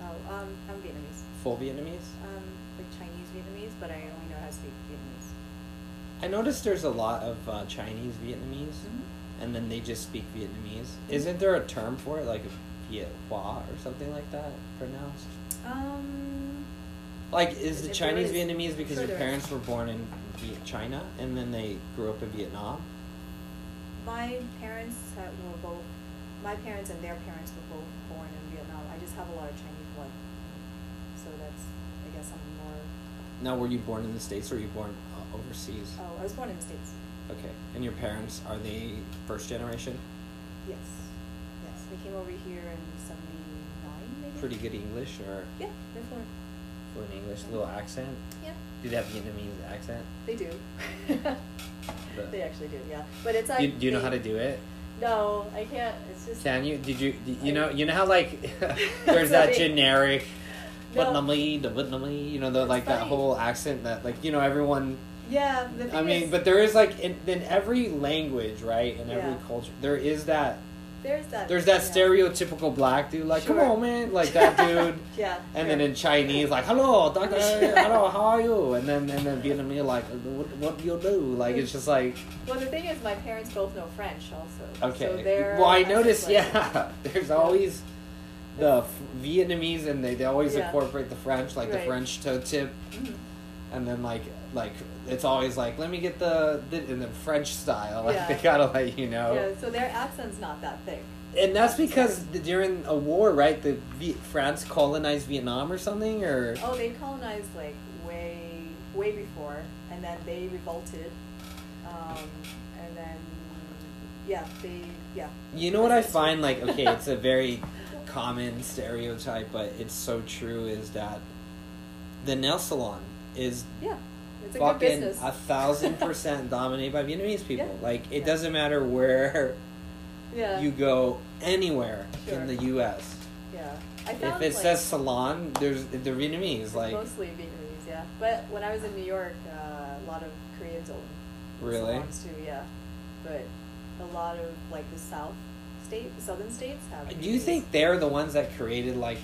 Speaker 3: Oh, um, I'm Vietnamese.
Speaker 2: Full Vietnamese?
Speaker 3: um, like Chinese Vietnamese, but I only know how to speak Vietnamese.
Speaker 2: I noticed there's a lot of uh, Chinese Vietnamese.
Speaker 3: Mhm.
Speaker 2: and then they just speak Vietnamese. Isn't there a term for it, like a Viet Hoa or something like that pronounced?
Speaker 3: Um,
Speaker 2: Like, is
Speaker 3: If
Speaker 2: the
Speaker 3: there
Speaker 2: Chinese
Speaker 3: is-
Speaker 2: Vietnamese because
Speaker 3: sure
Speaker 2: your
Speaker 3: there
Speaker 2: parents
Speaker 3: is.
Speaker 2: were born in Viet- China and then they grew up in Vietnam?
Speaker 3: my parents had, were both, my parents and their parents were both born in Vietnam. I just have a lot of Chinese blood, so that's, I guess, I'm more.
Speaker 2: Now, were you born in the states or were you born uh, overseas?
Speaker 3: Oh, I was born in the states.
Speaker 2: Okay, and your parents are they first generation?
Speaker 3: Yes, yes, they came over here in '79, maybe.
Speaker 2: Pretty good English or
Speaker 3: Yeah, they're fluent.
Speaker 2: fluent English, little accent?
Speaker 3: Yeah,
Speaker 2: Do they have Vietnamese accent?
Speaker 3: they do.
Speaker 2: But-
Speaker 3: they actually do. Yeah, but it's like
Speaker 2: Do, do you know
Speaker 3: they-
Speaker 2: how to do it?
Speaker 3: No, I can't. It's just.
Speaker 2: Can you? Did you? did- You know? You know how like there's that
Speaker 3: Sorry.
Speaker 2: generic
Speaker 3: No.
Speaker 2: Putnamly, the Putnamly. You know, the, like that
Speaker 3: funny.
Speaker 2: whole accent that like you know everyone.
Speaker 3: Yeah, the thing
Speaker 2: I mean,
Speaker 3: is,
Speaker 2: but there is like in, in every language, right? In every
Speaker 3: Yeah.
Speaker 2: culture, there is that
Speaker 3: there's that.
Speaker 2: there's that
Speaker 3: yeah.
Speaker 2: stereotypical black dude, like come
Speaker 3: Sure.
Speaker 2: on man, like that dude.
Speaker 3: Yeah.
Speaker 2: And then in Chinese, like hello, doctor,
Speaker 3: Yeah.
Speaker 2: hello, how are you? And then and then Vietnamese, like what, what do you do? Like it's just like
Speaker 3: Well, the thing is, my parents both know French also.
Speaker 2: okay.
Speaker 3: So they're,
Speaker 2: well, I
Speaker 3: I'm just
Speaker 2: noticed,
Speaker 3: like-
Speaker 2: yeah, there's always the f- Vietnamese, and they, they always
Speaker 3: Yeah.
Speaker 2: incorporate the French, like the
Speaker 3: Right.
Speaker 2: French toe tip,
Speaker 3: Mhm.
Speaker 2: and then like like it's always like let me get the, the in the French style. Like
Speaker 3: Yeah.
Speaker 2: they gotta let you know.
Speaker 3: Yeah, so their accent's not that thick.
Speaker 2: And that's because during a war, right? The v- France colonized Vietnam or something, or
Speaker 3: Oh, they colonized like way, way before, and then they revolted, um, and then yeah, they yeah.
Speaker 2: you know what I find like okay, it's a very common stereotype, but it's so true is that the nail salon is
Speaker 3: Yeah, it's a good
Speaker 2: fucking
Speaker 3: business.
Speaker 2: a thousand percent dominated by Vietnamese people.
Speaker 3: Yeah.
Speaker 2: Like it
Speaker 3: Yeah.
Speaker 2: doesn't matter where
Speaker 3: yeah,
Speaker 2: you go anywhere
Speaker 3: Sure.
Speaker 2: in the U.S.
Speaker 3: yeah. I
Speaker 2: If
Speaker 3: found,
Speaker 2: it
Speaker 3: like,
Speaker 2: says salon, there's the Vietnamese.
Speaker 3: it's
Speaker 2: Like
Speaker 3: mostly Vietnamese, yeah. But when I was in New York, uh, a lot of Koreans owned
Speaker 2: really,
Speaker 3: salons too, yeah. But a lot of like the South state, the Southern states have.
Speaker 2: do you
Speaker 3: Vietnamese.
Speaker 2: think they're the ones that created like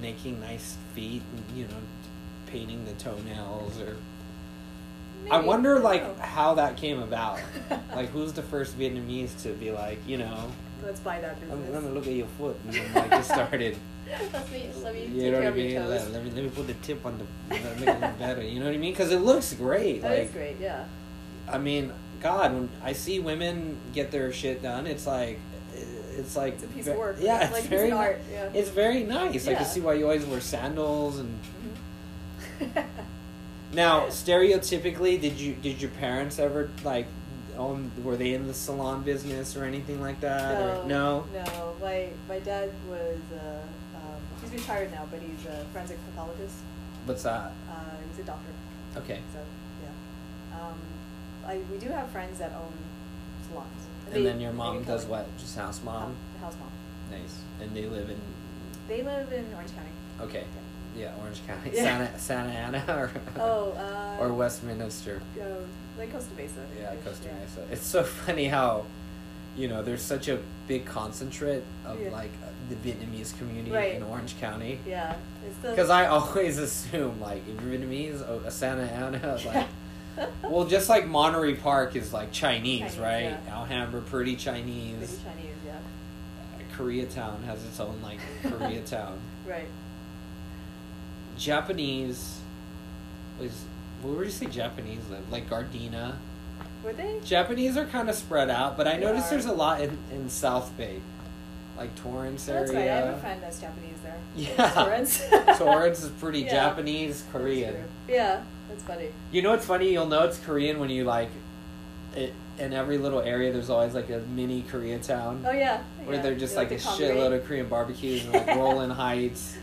Speaker 2: making nice feet? and, You know, painting the toenails or I
Speaker 3: Maybe.
Speaker 2: wonder
Speaker 3: don't
Speaker 2: like
Speaker 3: know.
Speaker 2: how that came about. like who's the first Vietnamese to be like, you know,
Speaker 3: Let's buy that
Speaker 2: I'm
Speaker 3: business.
Speaker 2: gonna look at your foot and then, like it started.
Speaker 3: let me let me
Speaker 2: you
Speaker 3: take
Speaker 2: know
Speaker 3: care
Speaker 2: what I
Speaker 3: of
Speaker 2: mean?
Speaker 3: your toes.
Speaker 2: Let, let me let me put the tip on the let me make it look better. You know what I mean? Because it looks great.
Speaker 3: That
Speaker 2: like
Speaker 3: is great, yeah.
Speaker 2: I mean, God, when I see women get their shit done, it's like it's like
Speaker 3: It's a piece
Speaker 2: ve-
Speaker 3: of work.
Speaker 2: Yeah, it's
Speaker 3: like
Speaker 2: very
Speaker 3: it's
Speaker 2: ni-
Speaker 3: an art. Yeah.
Speaker 2: It's very nice. I
Speaker 3: Yeah.
Speaker 2: can see why you always wear sandals and
Speaker 3: Mhm.
Speaker 2: Now, stereotypically, did you did your parents ever like own were they in the salon business or anything like that?
Speaker 3: no,
Speaker 2: Or, Uh, no.
Speaker 3: no. My my dad was uh, um, he's retired now, but he's a forensic pathologist.
Speaker 2: What's that?
Speaker 3: Uh, he's a doctor,
Speaker 2: Okay.
Speaker 3: so yeah. Um, I, we do have friends that own salons.
Speaker 2: And then
Speaker 3: They-
Speaker 2: your
Speaker 3: they
Speaker 2: mom
Speaker 3: get
Speaker 2: does
Speaker 3: colored.
Speaker 2: what? Just house mom.
Speaker 3: Um, house mom.
Speaker 2: Nice. And they live in
Speaker 3: They live in Orange County.
Speaker 2: okay. Yeah, Orange County,
Speaker 3: Yeah.
Speaker 2: Santa Santa Ana, or
Speaker 3: Oh, uh,
Speaker 2: or Westminster.
Speaker 3: uh, like Costa Mesa.
Speaker 2: Yeah, Costa
Speaker 3: Yeah.
Speaker 2: Mesa. It's so funny how, you know, there's such a big concentrate of
Speaker 3: Yeah.
Speaker 2: like uh, the Vietnamese community
Speaker 3: Right.
Speaker 2: in Orange County.
Speaker 3: Yeah, it's the
Speaker 2: Because I always assume like if you're Vietnamese, oh, Santa Ana, like well, just like Monterey Park is like Chinese,
Speaker 3: Chinese,
Speaker 2: right?
Speaker 3: yeah.
Speaker 2: Alhambra, pretty
Speaker 3: Pretty
Speaker 2: Chinese.
Speaker 3: Chinese, yeah.
Speaker 2: Koreatown has its own like Koreatown.
Speaker 3: Right.
Speaker 2: Japanese was what would you say Japanese live? Like Gardena.
Speaker 3: Were they?
Speaker 2: Japanese are kind of spread out, but I
Speaker 3: They
Speaker 2: noticed
Speaker 3: are.
Speaker 2: there's a lot in, in South Bay, like Torrance
Speaker 3: That's right. I
Speaker 2: area.
Speaker 3: have a friend that's Japanese there.
Speaker 2: Yeah.
Speaker 3: Torrance.
Speaker 2: Torrance is pretty
Speaker 3: Yeah.
Speaker 2: Japanese Korean.
Speaker 3: That's true. Yeah, that's funny.
Speaker 2: You know what's funny? You'll know it's Korean when you like, it, in every little area. There's always like a mini Koreatown
Speaker 3: Oh yeah.
Speaker 2: where
Speaker 3: yeah.
Speaker 2: they're just
Speaker 3: You
Speaker 2: like a
Speaker 3: to congregate.
Speaker 2: shitload of Korean barbecues and like Rolling Heights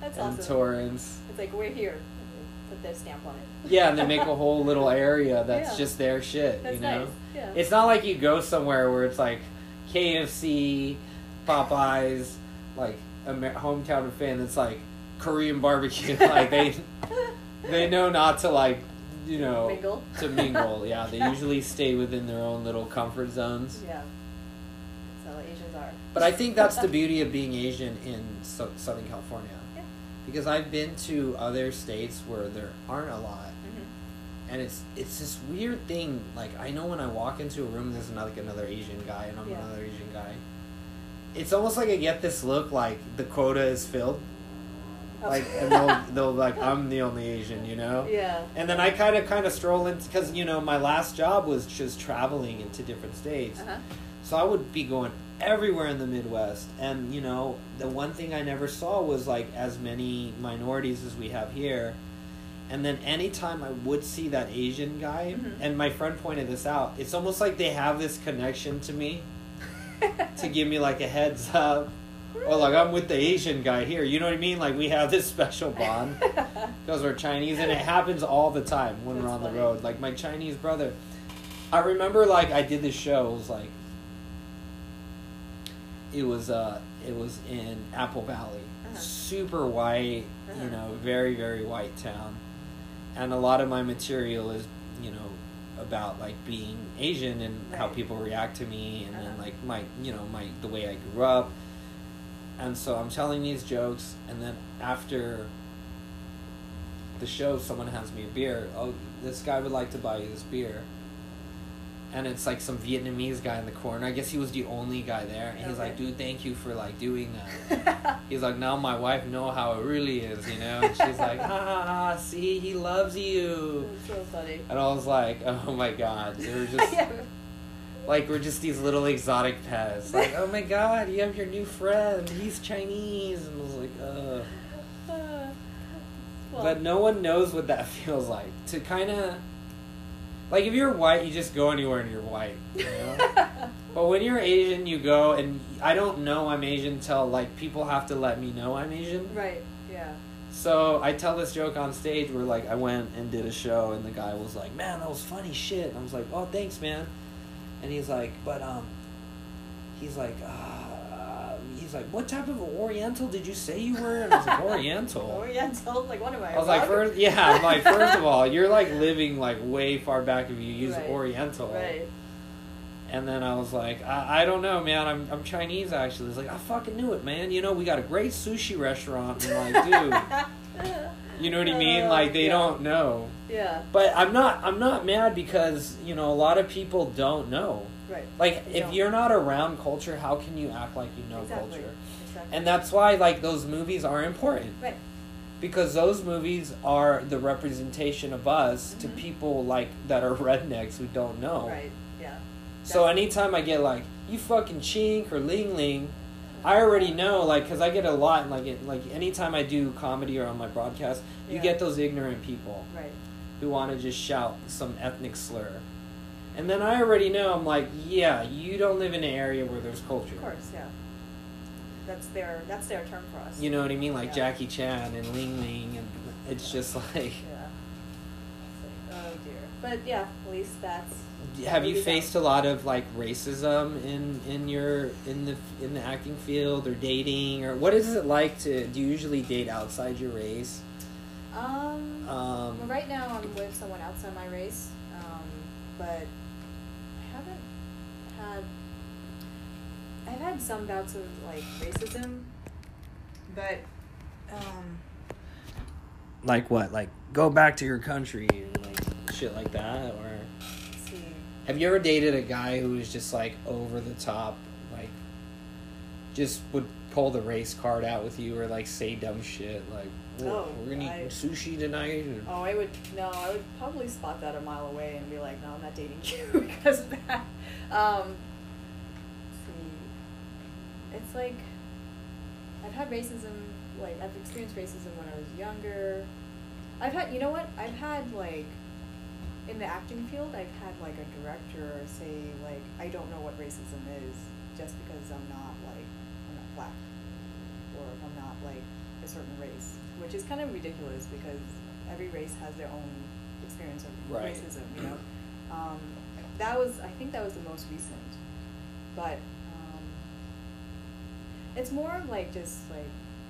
Speaker 3: That's
Speaker 2: and
Speaker 3: awesome.
Speaker 2: Torrance.
Speaker 3: It's like we're here. and they Put their stamp on it.
Speaker 2: Yeah, and they make a whole little area that's
Speaker 3: Yeah.
Speaker 2: just their shit.
Speaker 3: That's
Speaker 2: you know,
Speaker 3: nice. Yeah.
Speaker 2: it's not like you go somewhere where it's like KFC, Popeyes, like Amer- hometown fan that's like Korean barbecue. like they they know not to like you know
Speaker 3: Mingle.
Speaker 2: to mingle. Yeah, they usually stay within their own little comfort zones.
Speaker 3: yeah. That's how Asians are.
Speaker 2: But I think that's the beauty of being Asian in so- Southern California.
Speaker 3: Yeah.
Speaker 2: Because I've been to other states where there aren't a lot,
Speaker 3: Mhm.
Speaker 2: and it's it's this weird thing. Like I know when I walk into a room, there's another like another Asian guy, and I'm
Speaker 3: Yeah.
Speaker 2: another Asian guy. It's almost like I get this look like the quota is filled,
Speaker 3: Oh.
Speaker 2: like and they'll they'll like I'm the only Asian, you know.
Speaker 3: yeah.
Speaker 2: And then I kind of kind of stroll in because you know my last job was just traveling into different states,
Speaker 3: Uh-huh.
Speaker 2: so I would be going everywhere in the Midwest. And you know the one thing I never saw was like as many minorities as we have here. And then anytime I would see that Asian guy,
Speaker 3: Mhm.
Speaker 2: and my friend pointed this out, it's almost like they have this connection to me to give me like a heads up, or like I'm with the Asian guy here. You know what I mean? Like we have this special bond. Because we're Chinese, and it happens all the time when we're
Speaker 3: That's
Speaker 2: on
Speaker 3: funny.
Speaker 2: the road. Like my Chinese brother, I remember like I did this show. It was like it was uh it was in Apple Valley,
Speaker 3: Uh-huh.
Speaker 2: super white,
Speaker 3: Uh-huh.
Speaker 2: you know, very very white town, and a lot of my material is you know about like being Asian and how
Speaker 3: Right.
Speaker 2: people react to me and then
Speaker 3: Uh-huh.
Speaker 2: like my you know my the way I grew up, and so I'm telling these jokes and then after the show someone hands me a beer oh this guy would like to buy you this beer and it's like some vietnamese guy in the corner i guess he was the only guy there and he's
Speaker 3: Okay.
Speaker 2: like dude thank you for like doing that he's like now my wife know how it really is you know and she's like ha ha ha see he loves you
Speaker 3: It's so funny.
Speaker 2: and i was like oh my god they were just
Speaker 3: yeah.
Speaker 2: like we're just these little exotic pets like oh my god you have your new friend he's chinese and i was like oh
Speaker 3: Uh, well,
Speaker 2: but no one knows what that feels like. To kind of like if you're white, you just go anywhere and you're white. You know? but when you're Asian, you go and I don't know I'm Asian till like people have to let me know I'm Asian.
Speaker 3: right. Yeah.
Speaker 2: So I tell this joke on stage where like I went and did a show and the guy was like, "Man, that was funny shit." And I was like, "Oh, thanks, man." And he's like, "But um," he's like, uh, "He's like, what type of Oriental did you say you were?" And I was like, "Oriental."
Speaker 3: Oriental, like one of my.
Speaker 2: I was like, first, yeah, I'm like, first of all, you're like living like way far back if you use
Speaker 3: Right.
Speaker 2: Oriental.
Speaker 3: Right.
Speaker 2: And then I was like, I, I don't know, man. I'm, I'm Chinese actually. It's like I fucking knew it, man. You know, we got a great sushi restaurant. And like, dude, you know what I mean?
Speaker 3: Uh,
Speaker 2: Like they
Speaker 3: yeah.
Speaker 2: don't know.
Speaker 3: yeah.
Speaker 2: But I'm not I'm not mad because you know a lot of people don't know.
Speaker 3: Right.
Speaker 2: Like
Speaker 3: They
Speaker 2: if
Speaker 3: don't.
Speaker 2: you're not around culture, how can you act like you know
Speaker 3: exactly.
Speaker 2: culture?
Speaker 3: Exactly.
Speaker 2: And that's why like those movies are important
Speaker 3: right.
Speaker 2: because those movies are the representation of us to
Speaker 3: Mhm.
Speaker 2: people like that are rednecks who don't know.
Speaker 3: Right. Yeah.
Speaker 2: So anytime I get like you fucking chink or ling ling, I already know like because I get a lot like it, like anytime I do comedy or on my broadcast, you
Speaker 3: Yeah.
Speaker 2: get those ignorant people
Speaker 3: Right.
Speaker 2: who want to just shout some ethnic slur. And then I already know I'm like, yeah, you don't live in an area where there's culture.
Speaker 3: Of course. Yeah. That's their. That's their term for us.
Speaker 2: You know what I mean? Like
Speaker 3: Yeah.
Speaker 2: Jackie Chan and Ling Ling, and it's just like,
Speaker 3: Yeah. It's like, oh dear. But yeah, at least that's.
Speaker 2: Have you
Speaker 3: Maybe that-
Speaker 2: faced a lot of like racism in in your in the in the acting field or dating or what is it like to do you usually date outside your race?
Speaker 3: Um. Well,
Speaker 2: Um,
Speaker 3: right now I'm with someone outside my race, um, but I haven't had. I've had some bouts of like racism, but um,
Speaker 2: like what? Like go back to your country and like shit like that. Or
Speaker 3: let's see,
Speaker 2: have you ever dated a guy who was just like over the top, like just would pull the race card out with you or like say dumb shit like "Oh,
Speaker 3: Oh,
Speaker 2: we're gonna eat
Speaker 3: I-
Speaker 2: sushi tonight? and-
Speaker 3: oh, I would no, I would probably spot that a mile away and be like, no, I'm not dating you because of that. Um, let's see, it's like I've had racism, like I've experienced racism when I was younger. I've had, you know what? I've had like in the acting field, I've had like a director say like I don't know what racism is just because I'm not like I'm not black or I'm not like a certain race, which is kind of ridiculous because every race has their own experience of
Speaker 2: Right.
Speaker 3: racism, you know. Um, that was I think that was the most recent, but um, it's more of like just like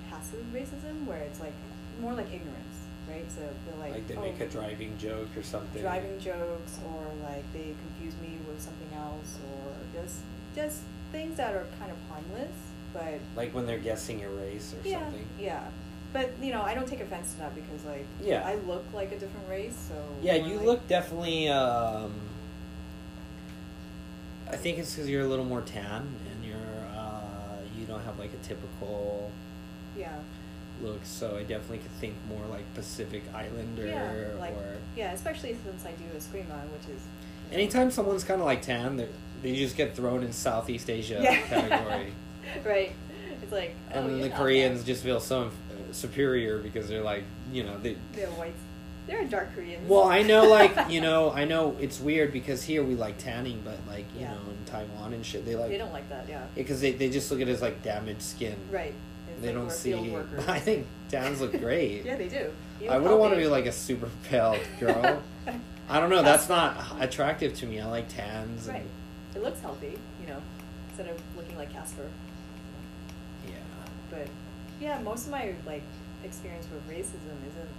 Speaker 3: passive racism where it's like more like ignorance, right? So they're like,
Speaker 2: Like, they
Speaker 3: oh,
Speaker 2: make a driving joke or something.
Speaker 3: driving jokes or like they confuse me with something else or just just things that are kind of harmless but
Speaker 2: like when they're guessing your race or
Speaker 3: yeah
Speaker 2: something.
Speaker 3: yeah but you know i don't take offense to that because like
Speaker 2: Yeah.
Speaker 3: i look like a different race so
Speaker 2: Yeah,
Speaker 3: or,
Speaker 2: you
Speaker 3: like-
Speaker 2: look definitely. Um, I think it's because you're a little more tan and you're uh, you don't have like a typical
Speaker 3: yeah
Speaker 2: look. So I definitely could think more like Pacific Islander
Speaker 3: yeah like
Speaker 2: or
Speaker 3: yeah especially since i do eskrima which is
Speaker 2: anytime someone's kind of like tan, they they just get thrown in Southeast Asia
Speaker 3: Yeah.
Speaker 2: category,
Speaker 3: right it's like
Speaker 2: and
Speaker 3: oh,
Speaker 2: then
Speaker 3: you're
Speaker 2: the
Speaker 3: not
Speaker 2: Koreans
Speaker 3: black.
Speaker 2: just feel so uh, superior because they're like you know they
Speaker 3: they're whites they're dark koreans
Speaker 2: Well, I know, like you know, I know it's weird because here we like tanning, but like you
Speaker 3: Yeah.
Speaker 2: know, in Taiwan and shit, they like
Speaker 3: they don't like that yeah
Speaker 2: because they, they just look at it as like damaged skin.
Speaker 3: right It's
Speaker 2: They
Speaker 3: like
Speaker 2: don't
Speaker 3: we're
Speaker 2: see.
Speaker 3: field workers.
Speaker 2: I think tans look great.
Speaker 3: yeah they do You
Speaker 2: I wouldn't want to
Speaker 3: probably-
Speaker 2: be like a super pale girl. I don't know. That's not attractive to me. I like tans.
Speaker 3: Right.
Speaker 2: And,
Speaker 3: It looks healthy, you know, instead of looking like Casper. but yeah, most of my like experience with racism isn't.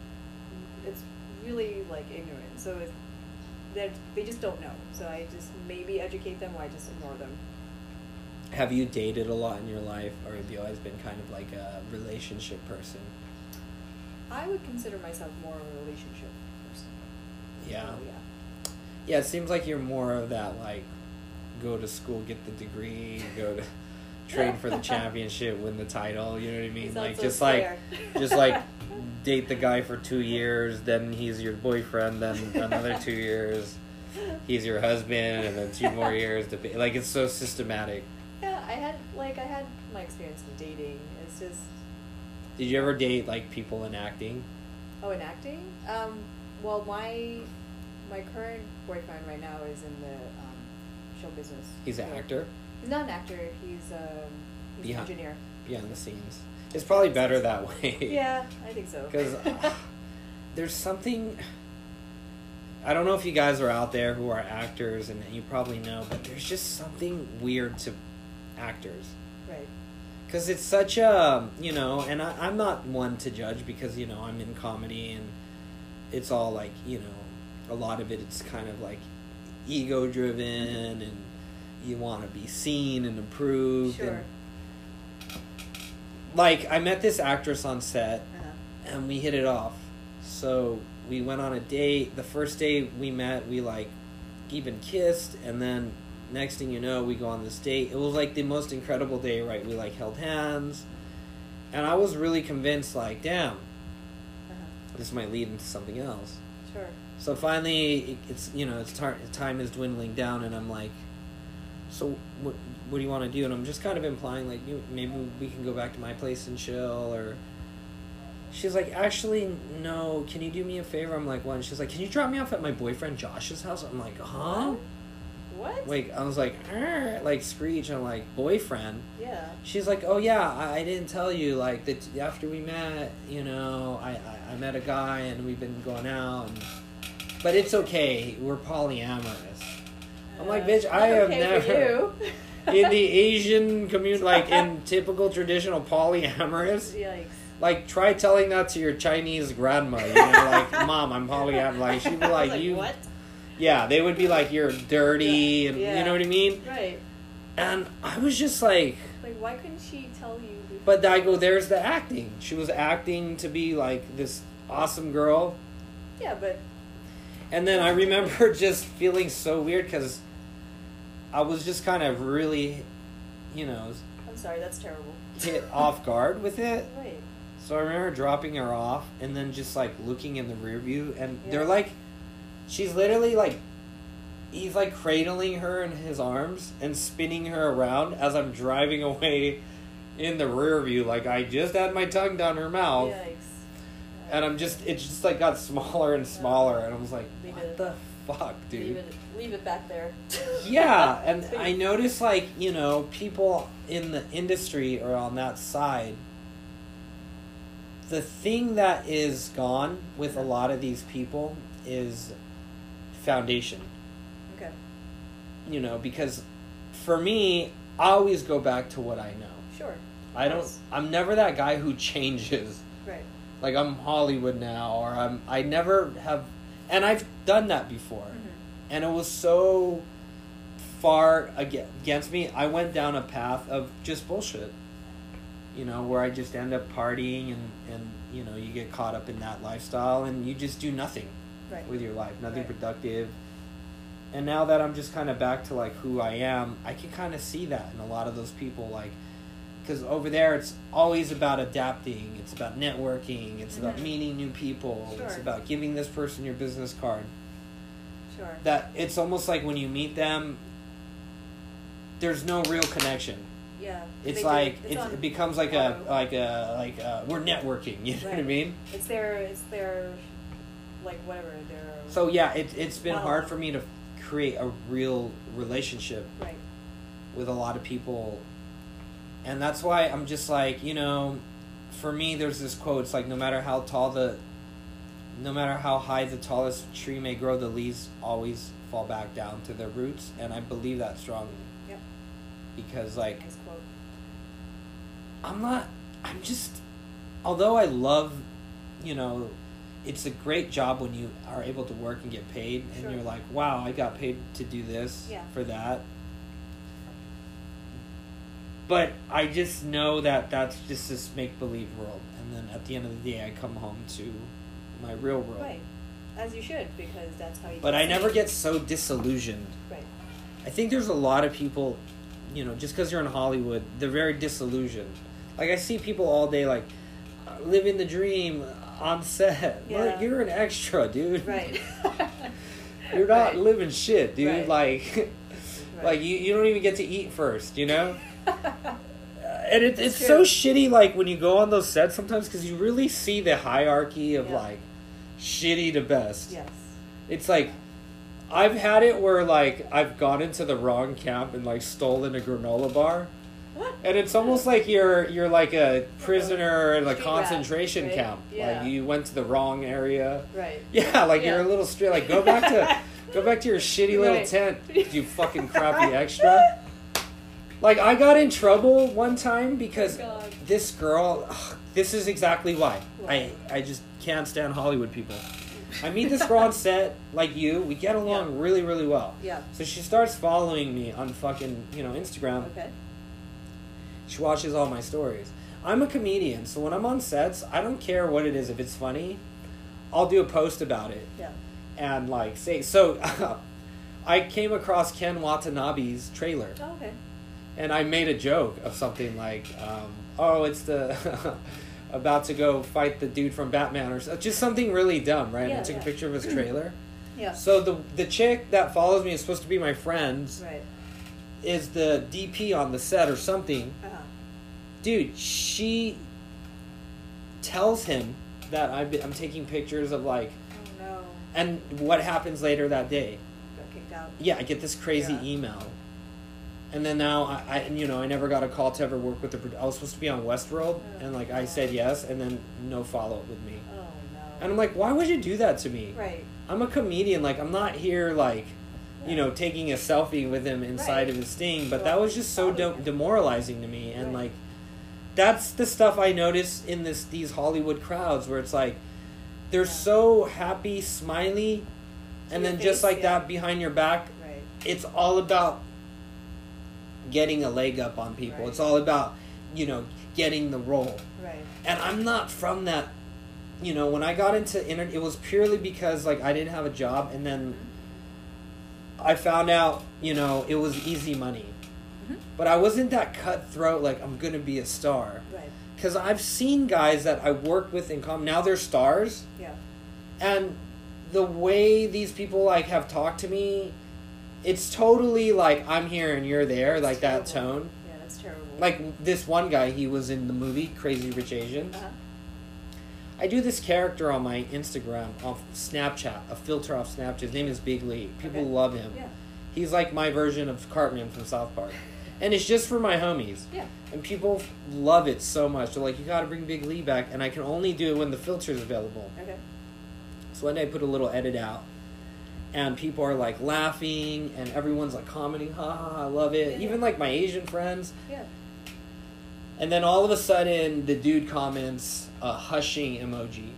Speaker 3: It's really like ignorant. So it's that they just don't know. So I just maybe educate them or I just ignore them.
Speaker 2: Have you dated a lot in your life, or have you always been kind of like a relationship person?
Speaker 3: I would consider myself more of a relationship person.
Speaker 2: Yeah.
Speaker 3: So, Oh, yeah.
Speaker 2: Yeah, it seems like you're more of that like go to school, get the degree, go to train for the championship, win the title, you know what I mean?
Speaker 3: Sounds
Speaker 2: Like
Speaker 3: so
Speaker 2: just
Speaker 3: fair.
Speaker 2: like just like date the guy for 2 years, then he's your boyfriend, then another 2 years he's your husband and then two more years to be, like it's so systematic.
Speaker 3: Yeah, I had like I had my experience in dating. It's just
Speaker 2: Did you ever date like people in acting?
Speaker 3: oh, in acting. Um, well, my my current boyfriend right now is in the um, show business.
Speaker 2: He's an
Speaker 3: So-
Speaker 2: actor
Speaker 3: He's not an actor. He's um, he's
Speaker 2: Behi-
Speaker 3: an engineer.
Speaker 2: behind the scenes. It's probably better that way.
Speaker 3: Yeah, I think so.
Speaker 2: 'Cause, uh, there's something I don't know if you guys are out there who are actors and you probably know, but there's just something weird to actors.
Speaker 3: right.
Speaker 2: Because it's such a, you know, and I, I'm not one to judge because, you know, I'm in comedy and it's all like, you know, a lot of it, it's kind of like ego driven and you want to be seen and approved.
Speaker 3: Sure.
Speaker 2: And, like, I met this actress on set
Speaker 3: Uh-huh.
Speaker 2: and we hit it off. So we went on a date. The first day we met, we like even kissed, and then next thing you know, we go on this date. It was like the most incredible day, right? We like held hands, and I was really convinced, like, damn,
Speaker 3: Uh-huh.
Speaker 2: this might lead into something else.
Speaker 3: Sure.
Speaker 2: So finally, it- it's you know, it's tar- time is dwindling down, and I'm like, so what? What do you want to do? And I'm just kind of implying like, you, maybe we can go back to my place and chill, or. She's like, actually, no. Can you do me a favor? I'm like, what? And she's like, can you drop me off at my boyfriend Josh's house? I'm like, huh?
Speaker 3: What?
Speaker 2: Like, I was like, "Er," like screech. I'm like, boyfriend.
Speaker 3: Yeah.
Speaker 2: She's like, oh yeah, I, I didn't tell you. Like that after we met, you know, I, I I met a guy and we've been going out. And, but it's okay. We're polyamorous. I'm like,
Speaker 3: Uh,
Speaker 2: bitch, I have
Speaker 3: okay for
Speaker 2: never
Speaker 3: you.
Speaker 2: in the Asian community, like in typical traditional polyamorous.
Speaker 3: Yikes.
Speaker 2: Like, try telling that to your Chinese grandma. You know, like, mom, I'm polyamorous. Like, she'd be
Speaker 3: I was
Speaker 2: like, you,
Speaker 3: What?
Speaker 2: yeah, they would be like, you're dirty, and
Speaker 3: Yeah.
Speaker 2: you know what I mean.
Speaker 3: Right.
Speaker 2: And I was just like.
Speaker 3: Like, why couldn't she tell you? Before?
Speaker 2: But I go, there's the acting. She was acting to be like this awesome girl.
Speaker 3: yeah, but
Speaker 2: And then I remember just feeling so weird because I was just kind of really, you know,
Speaker 3: I'm sorry, that's terrible.
Speaker 2: hit off guard with it.
Speaker 3: Right.
Speaker 2: So I remember dropping her off and then just like looking in the rear view. And
Speaker 3: Yeah.
Speaker 2: they're like, she's literally like, he's like cradling her in his arms and spinning her around as I'm driving away in the rear view. Like I just had my tongue down her mouth.
Speaker 3: Yikes.
Speaker 2: and I'm just it just like got smaller and smaller, and I was like,
Speaker 3: Leave
Speaker 2: what
Speaker 3: it.
Speaker 2: the fuck,
Speaker 3: Leave
Speaker 2: dude?
Speaker 3: it. Leave it back there.
Speaker 2: Yeah, and
Speaker 3: Please.
Speaker 2: I noticed like you know people in the industry or on that side. The thing that is gone with a lot of these people is foundation.
Speaker 3: Okay.
Speaker 2: You know, because for me, I always go back to what I know.
Speaker 3: Sure.
Speaker 2: I don't.
Speaker 3: Yes.
Speaker 2: I'm never that guy who changes.
Speaker 3: Right.
Speaker 2: like I'm Hollywood now or I'm I never have and I've done that before and it was so far aga- against me I went down a path of just bullshit you know where I just end up partying and and you know you get caught up in that lifestyle and you just do nothing
Speaker 3: Right.
Speaker 2: with your life nothing
Speaker 3: Right.
Speaker 2: productive and now that I'm just kind of back to like who I am I can kind of see that in a lot of those people like because over there it's always about adapting it's about networking it's about
Speaker 3: Mhm.
Speaker 2: meeting new people it's
Speaker 3: Sure.
Speaker 2: about giving this person your business card
Speaker 3: Sure.
Speaker 2: that it's almost like when you meet them there's no real connection
Speaker 3: yeah.
Speaker 2: it's
Speaker 3: They do-
Speaker 2: like it's
Speaker 3: on
Speaker 2: it becomes like a
Speaker 3: auto.
Speaker 2: like a like a, we're networking you know what i
Speaker 3: Right.
Speaker 2: mean
Speaker 3: It's their. It's their. Like whatever. Their.
Speaker 2: so yeah it, it's been
Speaker 3: Wow.
Speaker 2: hard for me to create a real relationship
Speaker 3: Right.
Speaker 2: with a lot of people. And that's why I'm just like, you know, for me, there's this quote. It's like, no matter how tall the, no matter how high the tallest tree may grow, the leaves always fall back down to their roots. And I believe that strongly
Speaker 3: Yep.
Speaker 2: because, like,
Speaker 3: Nice quote.
Speaker 2: I'm not, I'm just although I love, you know, it's a great job when you are able to work and get paid and
Speaker 3: Sure.
Speaker 2: you're like, wow, I got paid to do this
Speaker 3: Yeah.
Speaker 2: for that. But I just know that that's just this make believe world. And then at the end of the day, I come home to my real world.
Speaker 3: Right. As you should, because that's how you.
Speaker 2: But I never
Speaker 3: succeed.
Speaker 2: get so disillusioned.
Speaker 3: Right.
Speaker 2: I think there's a lot of people, you know, just because you're in Hollywood, they're very disillusioned. Like I see people all day, like uh, living the dream on set.
Speaker 3: Yeah.
Speaker 2: Like, you're an extra, dude.
Speaker 3: Right.
Speaker 2: You're not
Speaker 3: Right.
Speaker 2: living shit, dude.
Speaker 3: Right.
Speaker 2: Like, like you, you don't even get to eat first, you know. Uh, And it, it's
Speaker 3: It's
Speaker 2: so
Speaker 3: true.
Speaker 2: shitty, like when you go on those sets sometimes, because you really see the hierarchy of
Speaker 3: Yeah.
Speaker 2: like shitty to best.
Speaker 3: yes.
Speaker 2: It's like I've had it where like I've gone into the wrong camp and like stolen a granola bar. And it's almost like you're you're like a prisoner in a
Speaker 3: Street rat,
Speaker 2: concentration
Speaker 3: right?
Speaker 2: camp.
Speaker 3: Yeah.
Speaker 2: Like you went to the wrong area.
Speaker 3: Right.
Speaker 2: Yeah, like you're
Speaker 3: Yeah.
Speaker 2: a little straight. Like go back to go back to your shitty little
Speaker 3: Right.
Speaker 2: tent, you fucking crappy extra. Like I got in trouble one time because
Speaker 3: Oh God.
Speaker 2: this girl. ugh, this is exactly why
Speaker 3: Why?
Speaker 2: I I just can't stand Hollywood people. I meet this girl on set like you. We get along really really well.
Speaker 3: Yeah.
Speaker 2: So she starts following me on fucking you know Instagram.
Speaker 3: Okay.
Speaker 2: She watches all my stories. I'm a comedian, so when I'm on sets, I don't care what it is. If it's funny, I'll do a post about it
Speaker 3: Yeah.
Speaker 2: and like say so. I came across Ken Watanabe's trailer
Speaker 3: Oh, okay.
Speaker 2: and I made a joke of something like, um, "Oh, it's the about to go fight the dude from Batman," or so, just something really dumb, right?
Speaker 3: Yeah,
Speaker 2: I took
Speaker 3: yeah.
Speaker 2: a picture of his trailer.
Speaker 3: Yeah.
Speaker 2: so the the chick that follows me is supposed to be my friend,
Speaker 3: right.
Speaker 2: is the DP on the set or something.
Speaker 3: Uh-huh.
Speaker 2: Dude, she tells him that I've been, I'm taking pictures of like,
Speaker 3: Oh no.
Speaker 2: and what happens later that day?
Speaker 3: Got kicked out.
Speaker 2: yeah, I get this crazy
Speaker 3: Yeah.
Speaker 2: email. And then now I, I, and, you know, I never got a call to ever work with the. pro- I was supposed to be on Westworld,
Speaker 3: Oh,
Speaker 2: and like I
Speaker 3: God.
Speaker 2: said yes, and then no follow up with me.
Speaker 3: Oh no.
Speaker 2: And I'm like, why would you do that to me?
Speaker 3: right.
Speaker 2: I'm a comedian. Like I'm not here, like, you
Speaker 3: Yeah.
Speaker 2: know, taking a selfie with him inside
Speaker 3: Right.
Speaker 2: of his thing. But
Speaker 3: Well,
Speaker 2: that was just so
Speaker 3: probably
Speaker 2: de-
Speaker 3: not.
Speaker 2: demoralizing to me, and
Speaker 3: Right.
Speaker 2: like, that's the stuff I notice in this these Hollywood crowds where it's like, they're
Speaker 3: Yeah.
Speaker 2: so happy, smiley, and
Speaker 3: your
Speaker 2: then just
Speaker 3: face,
Speaker 2: like
Speaker 3: yeah.
Speaker 2: that behind your back,
Speaker 3: Right.
Speaker 2: it's all about getting a leg up on people.
Speaker 3: Right.
Speaker 2: It's all about, you know, getting the role.
Speaker 3: Right.
Speaker 2: And I'm not from that. You know, when I got into inter, it was purely because like I didn't have a job, and then I found out, you know, it was easy money.
Speaker 3: Mhm.
Speaker 2: But I wasn't that cutthroat. Like I'm gonna be a star,
Speaker 3: Right.
Speaker 2: because I've seen guys that I worked with in com. Now they're stars,
Speaker 3: Yeah.
Speaker 2: and the way these people like have talked to me it's totally like i'm here and you're there like that
Speaker 3: Terrible.
Speaker 2: tone
Speaker 3: Yeah, that's terrible.
Speaker 2: like this one guy he was in the movie crazy rich asian
Speaker 3: Uh-huh.
Speaker 2: i do this character on my instagram off snapchat a filter off snapchat his name is big lee people
Speaker 3: Okay.
Speaker 2: love him
Speaker 3: Yeah.
Speaker 2: he's like my version of cartman from south park and it's just for my homies
Speaker 3: Yeah.
Speaker 2: and people love it so much they're like you gotta bring big lee back and i can only do it when the filter's available
Speaker 3: Okay.
Speaker 2: so one day I put a little edit out, and people are like laughing, and everyone's like commenting, ha ha, ha I love it. Even like my Asian friends.
Speaker 3: Yeah.
Speaker 2: And then all of a sudden, the dude comments a hushing emoji.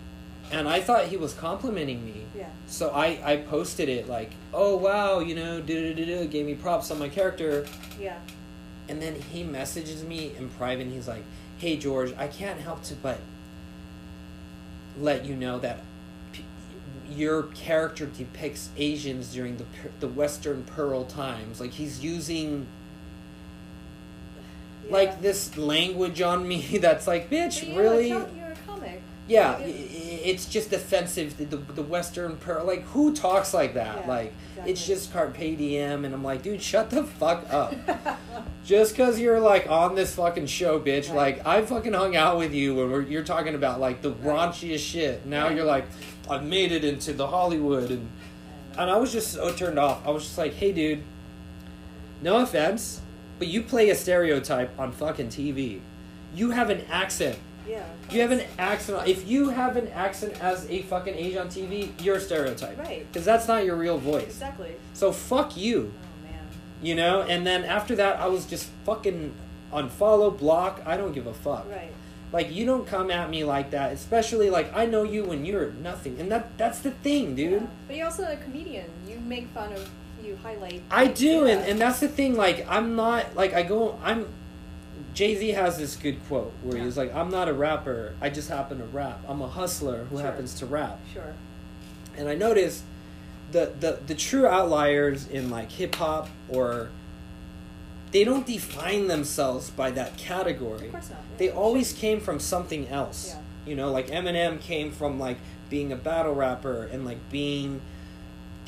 Speaker 2: And I thought he was complimenting me.
Speaker 3: Yeah.
Speaker 2: So I, I posted it like, oh wow, you know, do do do gave me props on my character.
Speaker 3: Yeah.
Speaker 2: And then he messages me in private and he's like, Hey George, I can't help to but let you know that p- your character depicts Asians during the per- the Western Pearl times. Like he's using
Speaker 3: yeah.
Speaker 2: like this language on me that's like,
Speaker 3: But
Speaker 2: bitch,
Speaker 3: you know,
Speaker 2: really?
Speaker 3: You're, you're a comic.
Speaker 2: yeah, i
Speaker 3: Like,
Speaker 2: i-
Speaker 3: it's-
Speaker 2: it's just offensive. The, the, the Western Pearl, like who talks like that?
Speaker 3: Yeah,
Speaker 2: like it's
Speaker 3: exactly.
Speaker 2: just carpe diem, and I'm like, dude, shut the fuck up. just because you're like on this fucking show, bitch.
Speaker 3: Right.
Speaker 2: Like I fucking hung out with you when we're, you're talking about like the
Speaker 3: Right.
Speaker 2: raunchiest shit. Now
Speaker 3: Right.
Speaker 2: you're like, I've made it into the Hollywood, and and I was just so turned off. I was just like, hey, dude, no offense, but you play a stereotype on fucking TV. You have an accent.
Speaker 3: yeah.
Speaker 2: You have an accent. If you have an accent as a fucking Asian on TV, you're a stereotype.
Speaker 3: Right.
Speaker 2: Because that's not your real voice.
Speaker 3: Exactly.
Speaker 2: So fuck you.
Speaker 3: Oh man.
Speaker 2: You know? And then after that, I was just fucking unfollow, block. I don't give a fuck.
Speaker 3: Right.
Speaker 2: Like you don't come at me like that, especially like I know you when you're nothing, and that that's the thing, dude.
Speaker 3: Yeah. But you're also a comedian. You make fun of, you highlight.
Speaker 2: I do, and,
Speaker 3: Yeah.
Speaker 2: and that's the thing. Like, I'm not like I go. I'm Jay Z has this good quote where he
Speaker 3: Yeah.
Speaker 2: was like, "I'm not a rapper. I just happen to rap. I'm a hustler who
Speaker 3: Sure.
Speaker 2: happens to rap."
Speaker 3: Sure.
Speaker 2: And I noticed the the the true outliers in like hip hop or they don't define themselves by that category.
Speaker 3: Of course not. Yeah.
Speaker 2: They always came from something else.
Speaker 3: Yeah.
Speaker 2: You know, like Eminem came from like being a battle rapper and like being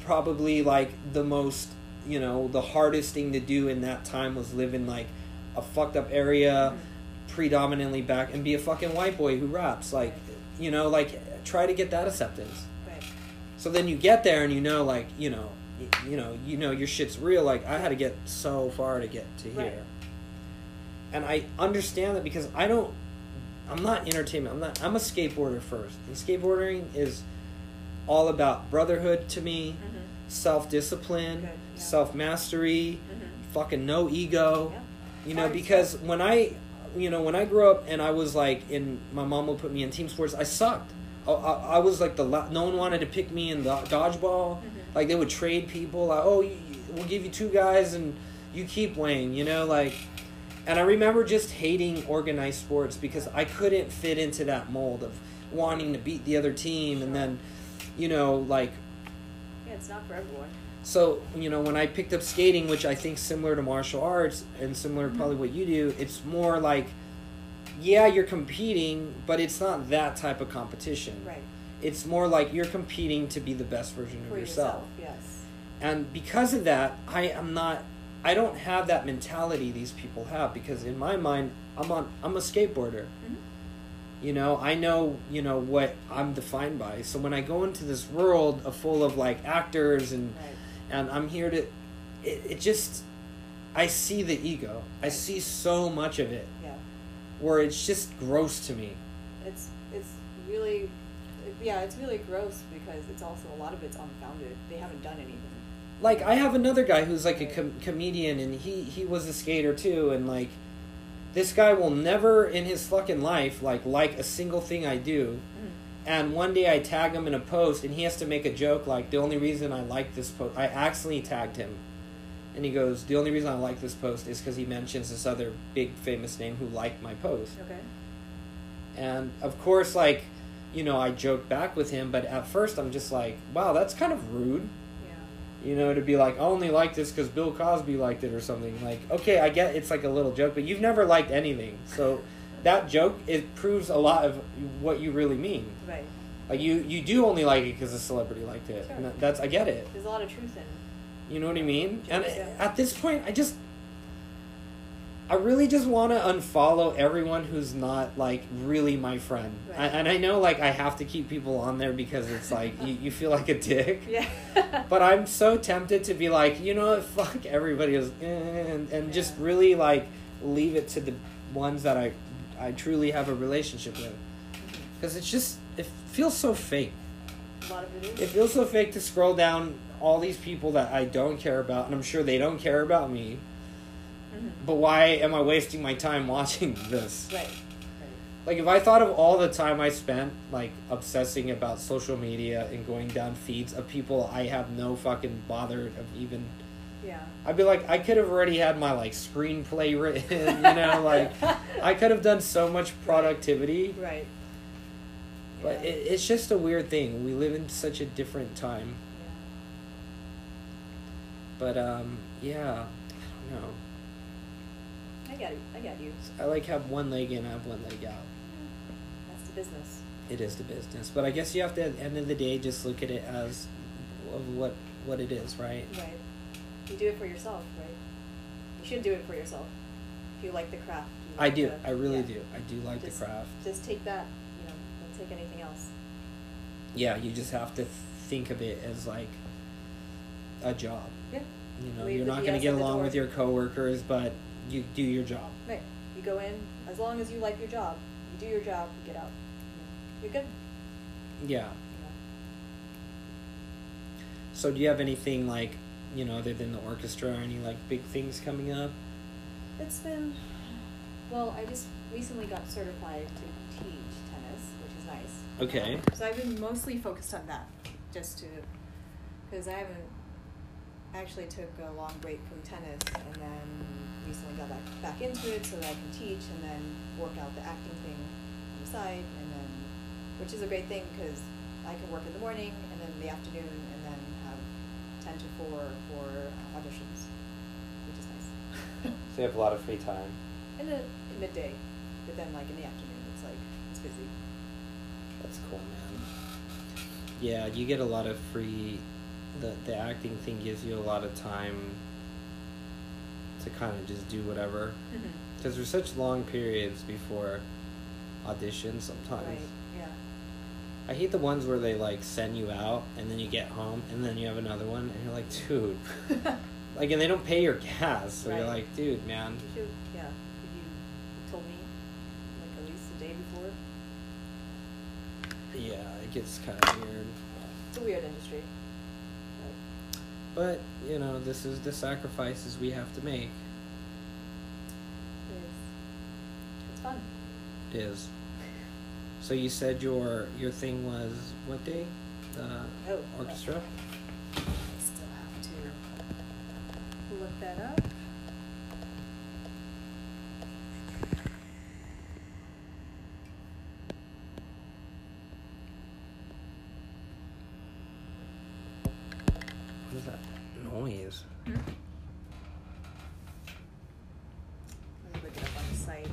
Speaker 2: probably like the most you know the hardest thing to do in that time was live in like a fucked up area
Speaker 3: Mm-hmm.
Speaker 2: predominantly back and be a fucking white boy who raps like you know like try to get that acceptance
Speaker 3: Right.
Speaker 2: so then you get there and you know like you know y- you know you know your shit's real like i had to get so far to get to here
Speaker 3: Right.
Speaker 2: and i understand that because i don't i'm not entertainment i'm not i'm a skateboarder first and skateboarding is all about brotherhood to me
Speaker 3: Mm-hmm.
Speaker 2: self-discipline
Speaker 3: Good, yeah.
Speaker 2: self-mastery
Speaker 3: Mm-hmm.
Speaker 2: fucking no ego
Speaker 3: Yeah.
Speaker 2: you know
Speaker 3: Fine.
Speaker 2: because when i you know when i grew up and i was like in my mom would put me in team sports i sucked i, I, I was like the la- no one wanted to pick me in the dodgeball
Speaker 3: Mhm.
Speaker 2: like they would trade people like oh you, we'll give you two guys and you keep wayne you know like and i remember just hating organized sports because i couldn't fit into that mold of wanting to beat the other team and then you know like
Speaker 3: Yeah, it's not for everyone.
Speaker 2: so you know when i picked up skating which i think similar to martial arts and similar
Speaker 3: Mm-hmm.
Speaker 2: to probably what you do it's more like yeah you're competing but it's not that type of competition
Speaker 3: Right.
Speaker 2: it's more like you're competing to be the best version of
Speaker 3: For
Speaker 2: yourself.
Speaker 3: yourself. Yes.
Speaker 2: and because of that i am not i don't have that mentality these people have because in my mind i'm on i'm a skateboarder
Speaker 3: Mhm.
Speaker 2: you know i know you know what i'm defined by so when i go into this world of full of like actors and
Speaker 3: Right.
Speaker 2: and I'm here to. It, it just, I see the ego. I see so much of it
Speaker 3: Yeah.
Speaker 2: where it's just gross to me.
Speaker 3: It's it's really, yeah, it's really gross because it's also a lot of it's unfounded. They haven't done anything.
Speaker 2: Like I have another guy who's like a com- comedian, and he he was a skater too, and like, this guy will never in his fucking life like like a single thing I do. And one day I tag him in a post, and he has to make a joke like the only reason I like this post, I accidentally tagged him. And he goes, the only reason I like this post is because he mentions this other big famous name who liked my post.
Speaker 3: Okay.
Speaker 2: And of course, like, you know, I joke back with him, but at first I'm just like, wow, that's kind of rude,
Speaker 3: Yeah.
Speaker 2: you know, to be like, I only like this because Bill Cosby liked it or something. Like, okay, I get it's like a little joke, but you've never liked anything. So that joke, it proves a lot of what you really mean.
Speaker 3: Right.
Speaker 2: Like, you, you do only like it because a celebrity liked it. And
Speaker 3: Sure.
Speaker 2: that- that's, I get it.
Speaker 3: There's a lot of truth in.
Speaker 2: You know what I mean? And
Speaker 3: Yeah.
Speaker 2: at this point, I just. I really just want to unfollow everyone who's not like really my friend,
Speaker 3: Right.
Speaker 2: I, and I know like I have to keep people on there because it's like you, you feel like a dick.
Speaker 3: Yeah.
Speaker 2: But I'm so tempted to be like, you know what, fuck everybody else, eh, and and just
Speaker 3: Yeah.
Speaker 2: really like leave it to the ones that I I truly have a relationship with,
Speaker 3: Mm-hmm.
Speaker 2: because it's just it feels so fake.
Speaker 3: a lot of it
Speaker 2: It
Speaker 3: is.
Speaker 2: feels so fake to scroll down all these people that I don't care about, and I'm sure they don't care about me.
Speaker 3: Mhm.
Speaker 2: But why am I wasting my time watching this?
Speaker 3: Right.
Speaker 2: Like, if I thought of all the time I spent, like, obsessing about social media and going down feeds of people I have no fucking bother of even.
Speaker 3: Yeah.
Speaker 2: I'd be like, I could have already had my, like, screenplay written, you know? Like, I could have done so much productivity.
Speaker 3: Right.
Speaker 2: But
Speaker 3: Yeah.
Speaker 2: it, it's just a weird thing. We live in such a different time.
Speaker 3: Yeah.
Speaker 2: But um, yeah, I don't know.
Speaker 3: I got it. I got you.
Speaker 2: I like have one leg in, I have one leg out.
Speaker 3: That's the business.
Speaker 2: It is the business, but I guess you have to at the end of the day just look at it as of what what it is, right?
Speaker 3: Right. You do it for yourself, right? You should do it for yourself. If you like the craft. you
Speaker 2: I
Speaker 3: like
Speaker 2: do.
Speaker 3: the-
Speaker 2: I really do.
Speaker 3: yeah.
Speaker 2: I do like
Speaker 3: Just-
Speaker 2: the craft.
Speaker 3: Just take that. You know, don't take anything else.
Speaker 2: Yeah, you just have to think of it as like a job.
Speaker 3: Yeah.
Speaker 2: You know,
Speaker 3: Leave
Speaker 2: you're
Speaker 3: the
Speaker 2: not going to
Speaker 3: BS
Speaker 2: get
Speaker 3: at the
Speaker 2: along
Speaker 3: door.
Speaker 2: with your coworkers, but you do your job.
Speaker 3: Right. You go in as long as you like your job. You do your job. You get out. You're good.
Speaker 2: Yeah.
Speaker 3: You know.
Speaker 2: So do you have anything like, you know, other than the orchestra, any like big things coming up?
Speaker 3: It's been well. I just recently got certified to teach tennis, which is nice.
Speaker 2: Okay.
Speaker 3: So I've been mostly focused on that, just to, because I haven't actually took a long break from tennis and then recently got back, back into it so that I can teach and then work out the acting thing on the side and then, which is a great thing because I can work in the morning and then the afternoon and then have 10 to 4 for auditions, which is nice.
Speaker 2: So you have a lot of free time.
Speaker 3: in the in midday, but then like in the afternoon, it's like, it's busy.
Speaker 2: That's cool, man. Yeah, you get a lot of free. The the acting thing gives you a lot of time to kind of just do whatever. Because there's such long periods before auditions sometimes.
Speaker 3: Right, yeah.
Speaker 2: I hate the ones where they like send you out and then you get home and then you have another one and you're like, dude, like, and they don't pay your gas, so you're
Speaker 3: Right.
Speaker 2: like, dude, man,
Speaker 3: You should, yeah. If you told me, like at least the day before.
Speaker 2: yeah, it gets kind of weird.
Speaker 3: It's a weird industry.
Speaker 2: But you know, this is the sacrifices we have to make.
Speaker 3: But it's, it's fun.
Speaker 2: Is so you said your your thing was what day? The
Speaker 3: Oh,
Speaker 2: orchestra.
Speaker 3: I still have to look that up.
Speaker 2: What is that noise?
Speaker 3: Let me look it up on the site.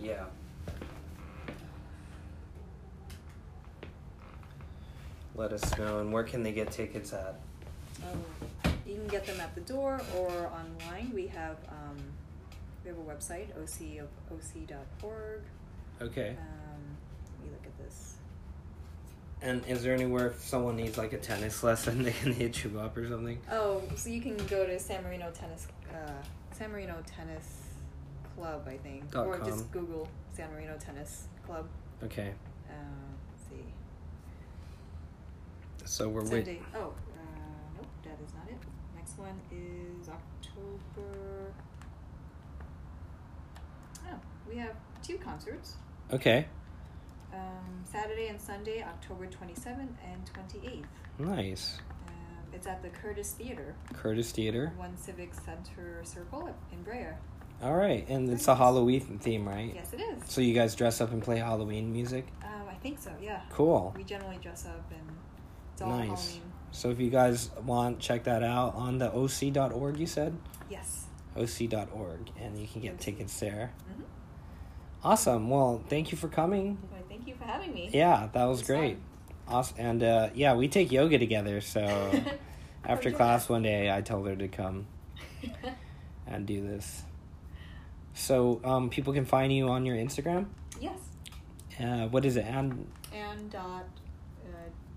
Speaker 2: Yeah. Let us know. And where can they get tickets at?
Speaker 3: Um, you can get them at the door or online. We have um, we have a website oc of oc.org.
Speaker 2: Okay.
Speaker 3: Um, let me look at this.
Speaker 2: And is there anywhere if someone needs like a tennis lesson, they can hit you up or something?
Speaker 3: Oh, so you can go to San Marino Tennis, uh, San Marino Tennis Club, I think,
Speaker 2: Dot
Speaker 3: or
Speaker 2: com.
Speaker 3: just Google San Marino Tennis Club.
Speaker 2: Okay.
Speaker 3: Uh, let's see.
Speaker 2: So we're
Speaker 3: Sunday.
Speaker 2: waiting.
Speaker 3: Oh, uh, nope, that is not it. Next one is October. Oh, we have two concerts.
Speaker 2: Okay.
Speaker 3: Um, Saturday and Sunday, October 27th and 28th.
Speaker 2: Nice.
Speaker 3: Um, it's at the Curtis Theater,
Speaker 2: Curtis Theater.
Speaker 3: One Civic Center Circle in Brea.
Speaker 2: All right, and it's a Halloween theme, right?
Speaker 3: Yes, it is.
Speaker 2: So you guys dress up and play Halloween music.
Speaker 3: Um, I think so. Yeah.
Speaker 2: Cool.
Speaker 3: We generally dress up and it's all
Speaker 2: Nice.
Speaker 3: Halloween.
Speaker 2: So if you guys want, check that out on the oc.org. You said
Speaker 3: Yes.
Speaker 2: oc.org, and you can get tickets there.
Speaker 3: Mm-hmm.
Speaker 2: Awesome. Well, thank you for coming.
Speaker 3: Well, thank you for having me.
Speaker 2: Yeah, that was
Speaker 3: It's fun.
Speaker 2: great. Awesome. And uh, yeah, we take yoga together. So after
Speaker 3: yeah.
Speaker 2: class one day, I told her to come and do this. So um, people can find you on your Instagram.
Speaker 3: yes.
Speaker 2: Uh, what is it? And
Speaker 3: And dot uh,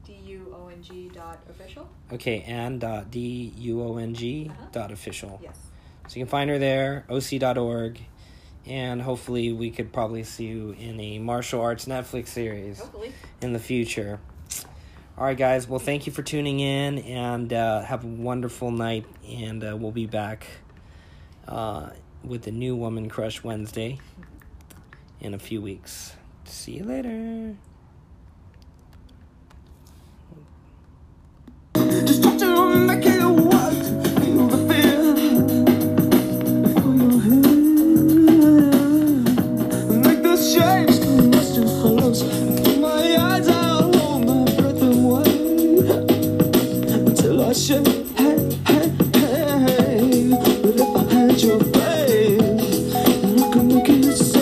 Speaker 3: d u o n g dot official.
Speaker 2: Okay, and dot D U O N G
Speaker 3: Uh-huh.
Speaker 2: dot official.
Speaker 3: Yes.
Speaker 2: So you can find her there, oc.org, and hopefully we could probably see you in a martial arts Netflix series
Speaker 3: Hopefully.
Speaker 2: in the future. All right, guys. Well, thank you for tuning in, and uh, have a wonderful night. And uh, we'll be back uh, with the new Woman Crush Wednesday in a few weeks. See you later.
Speaker 1: Just try to make it work. Feel the fear. Pull your hair. Make the change. The rest is close. Keep my eyes out. Hold my breath away. Until I shake. Hey, hey, hey. But if I had your face, I could make it safe.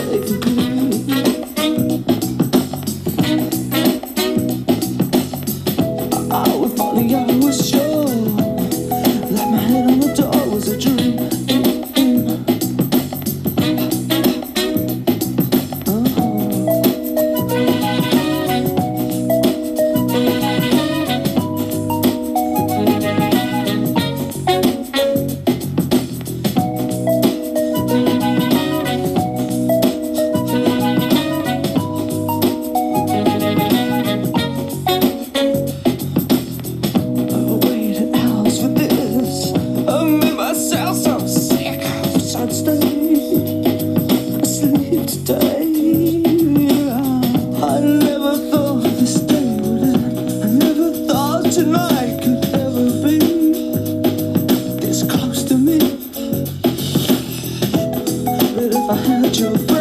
Speaker 1: I had your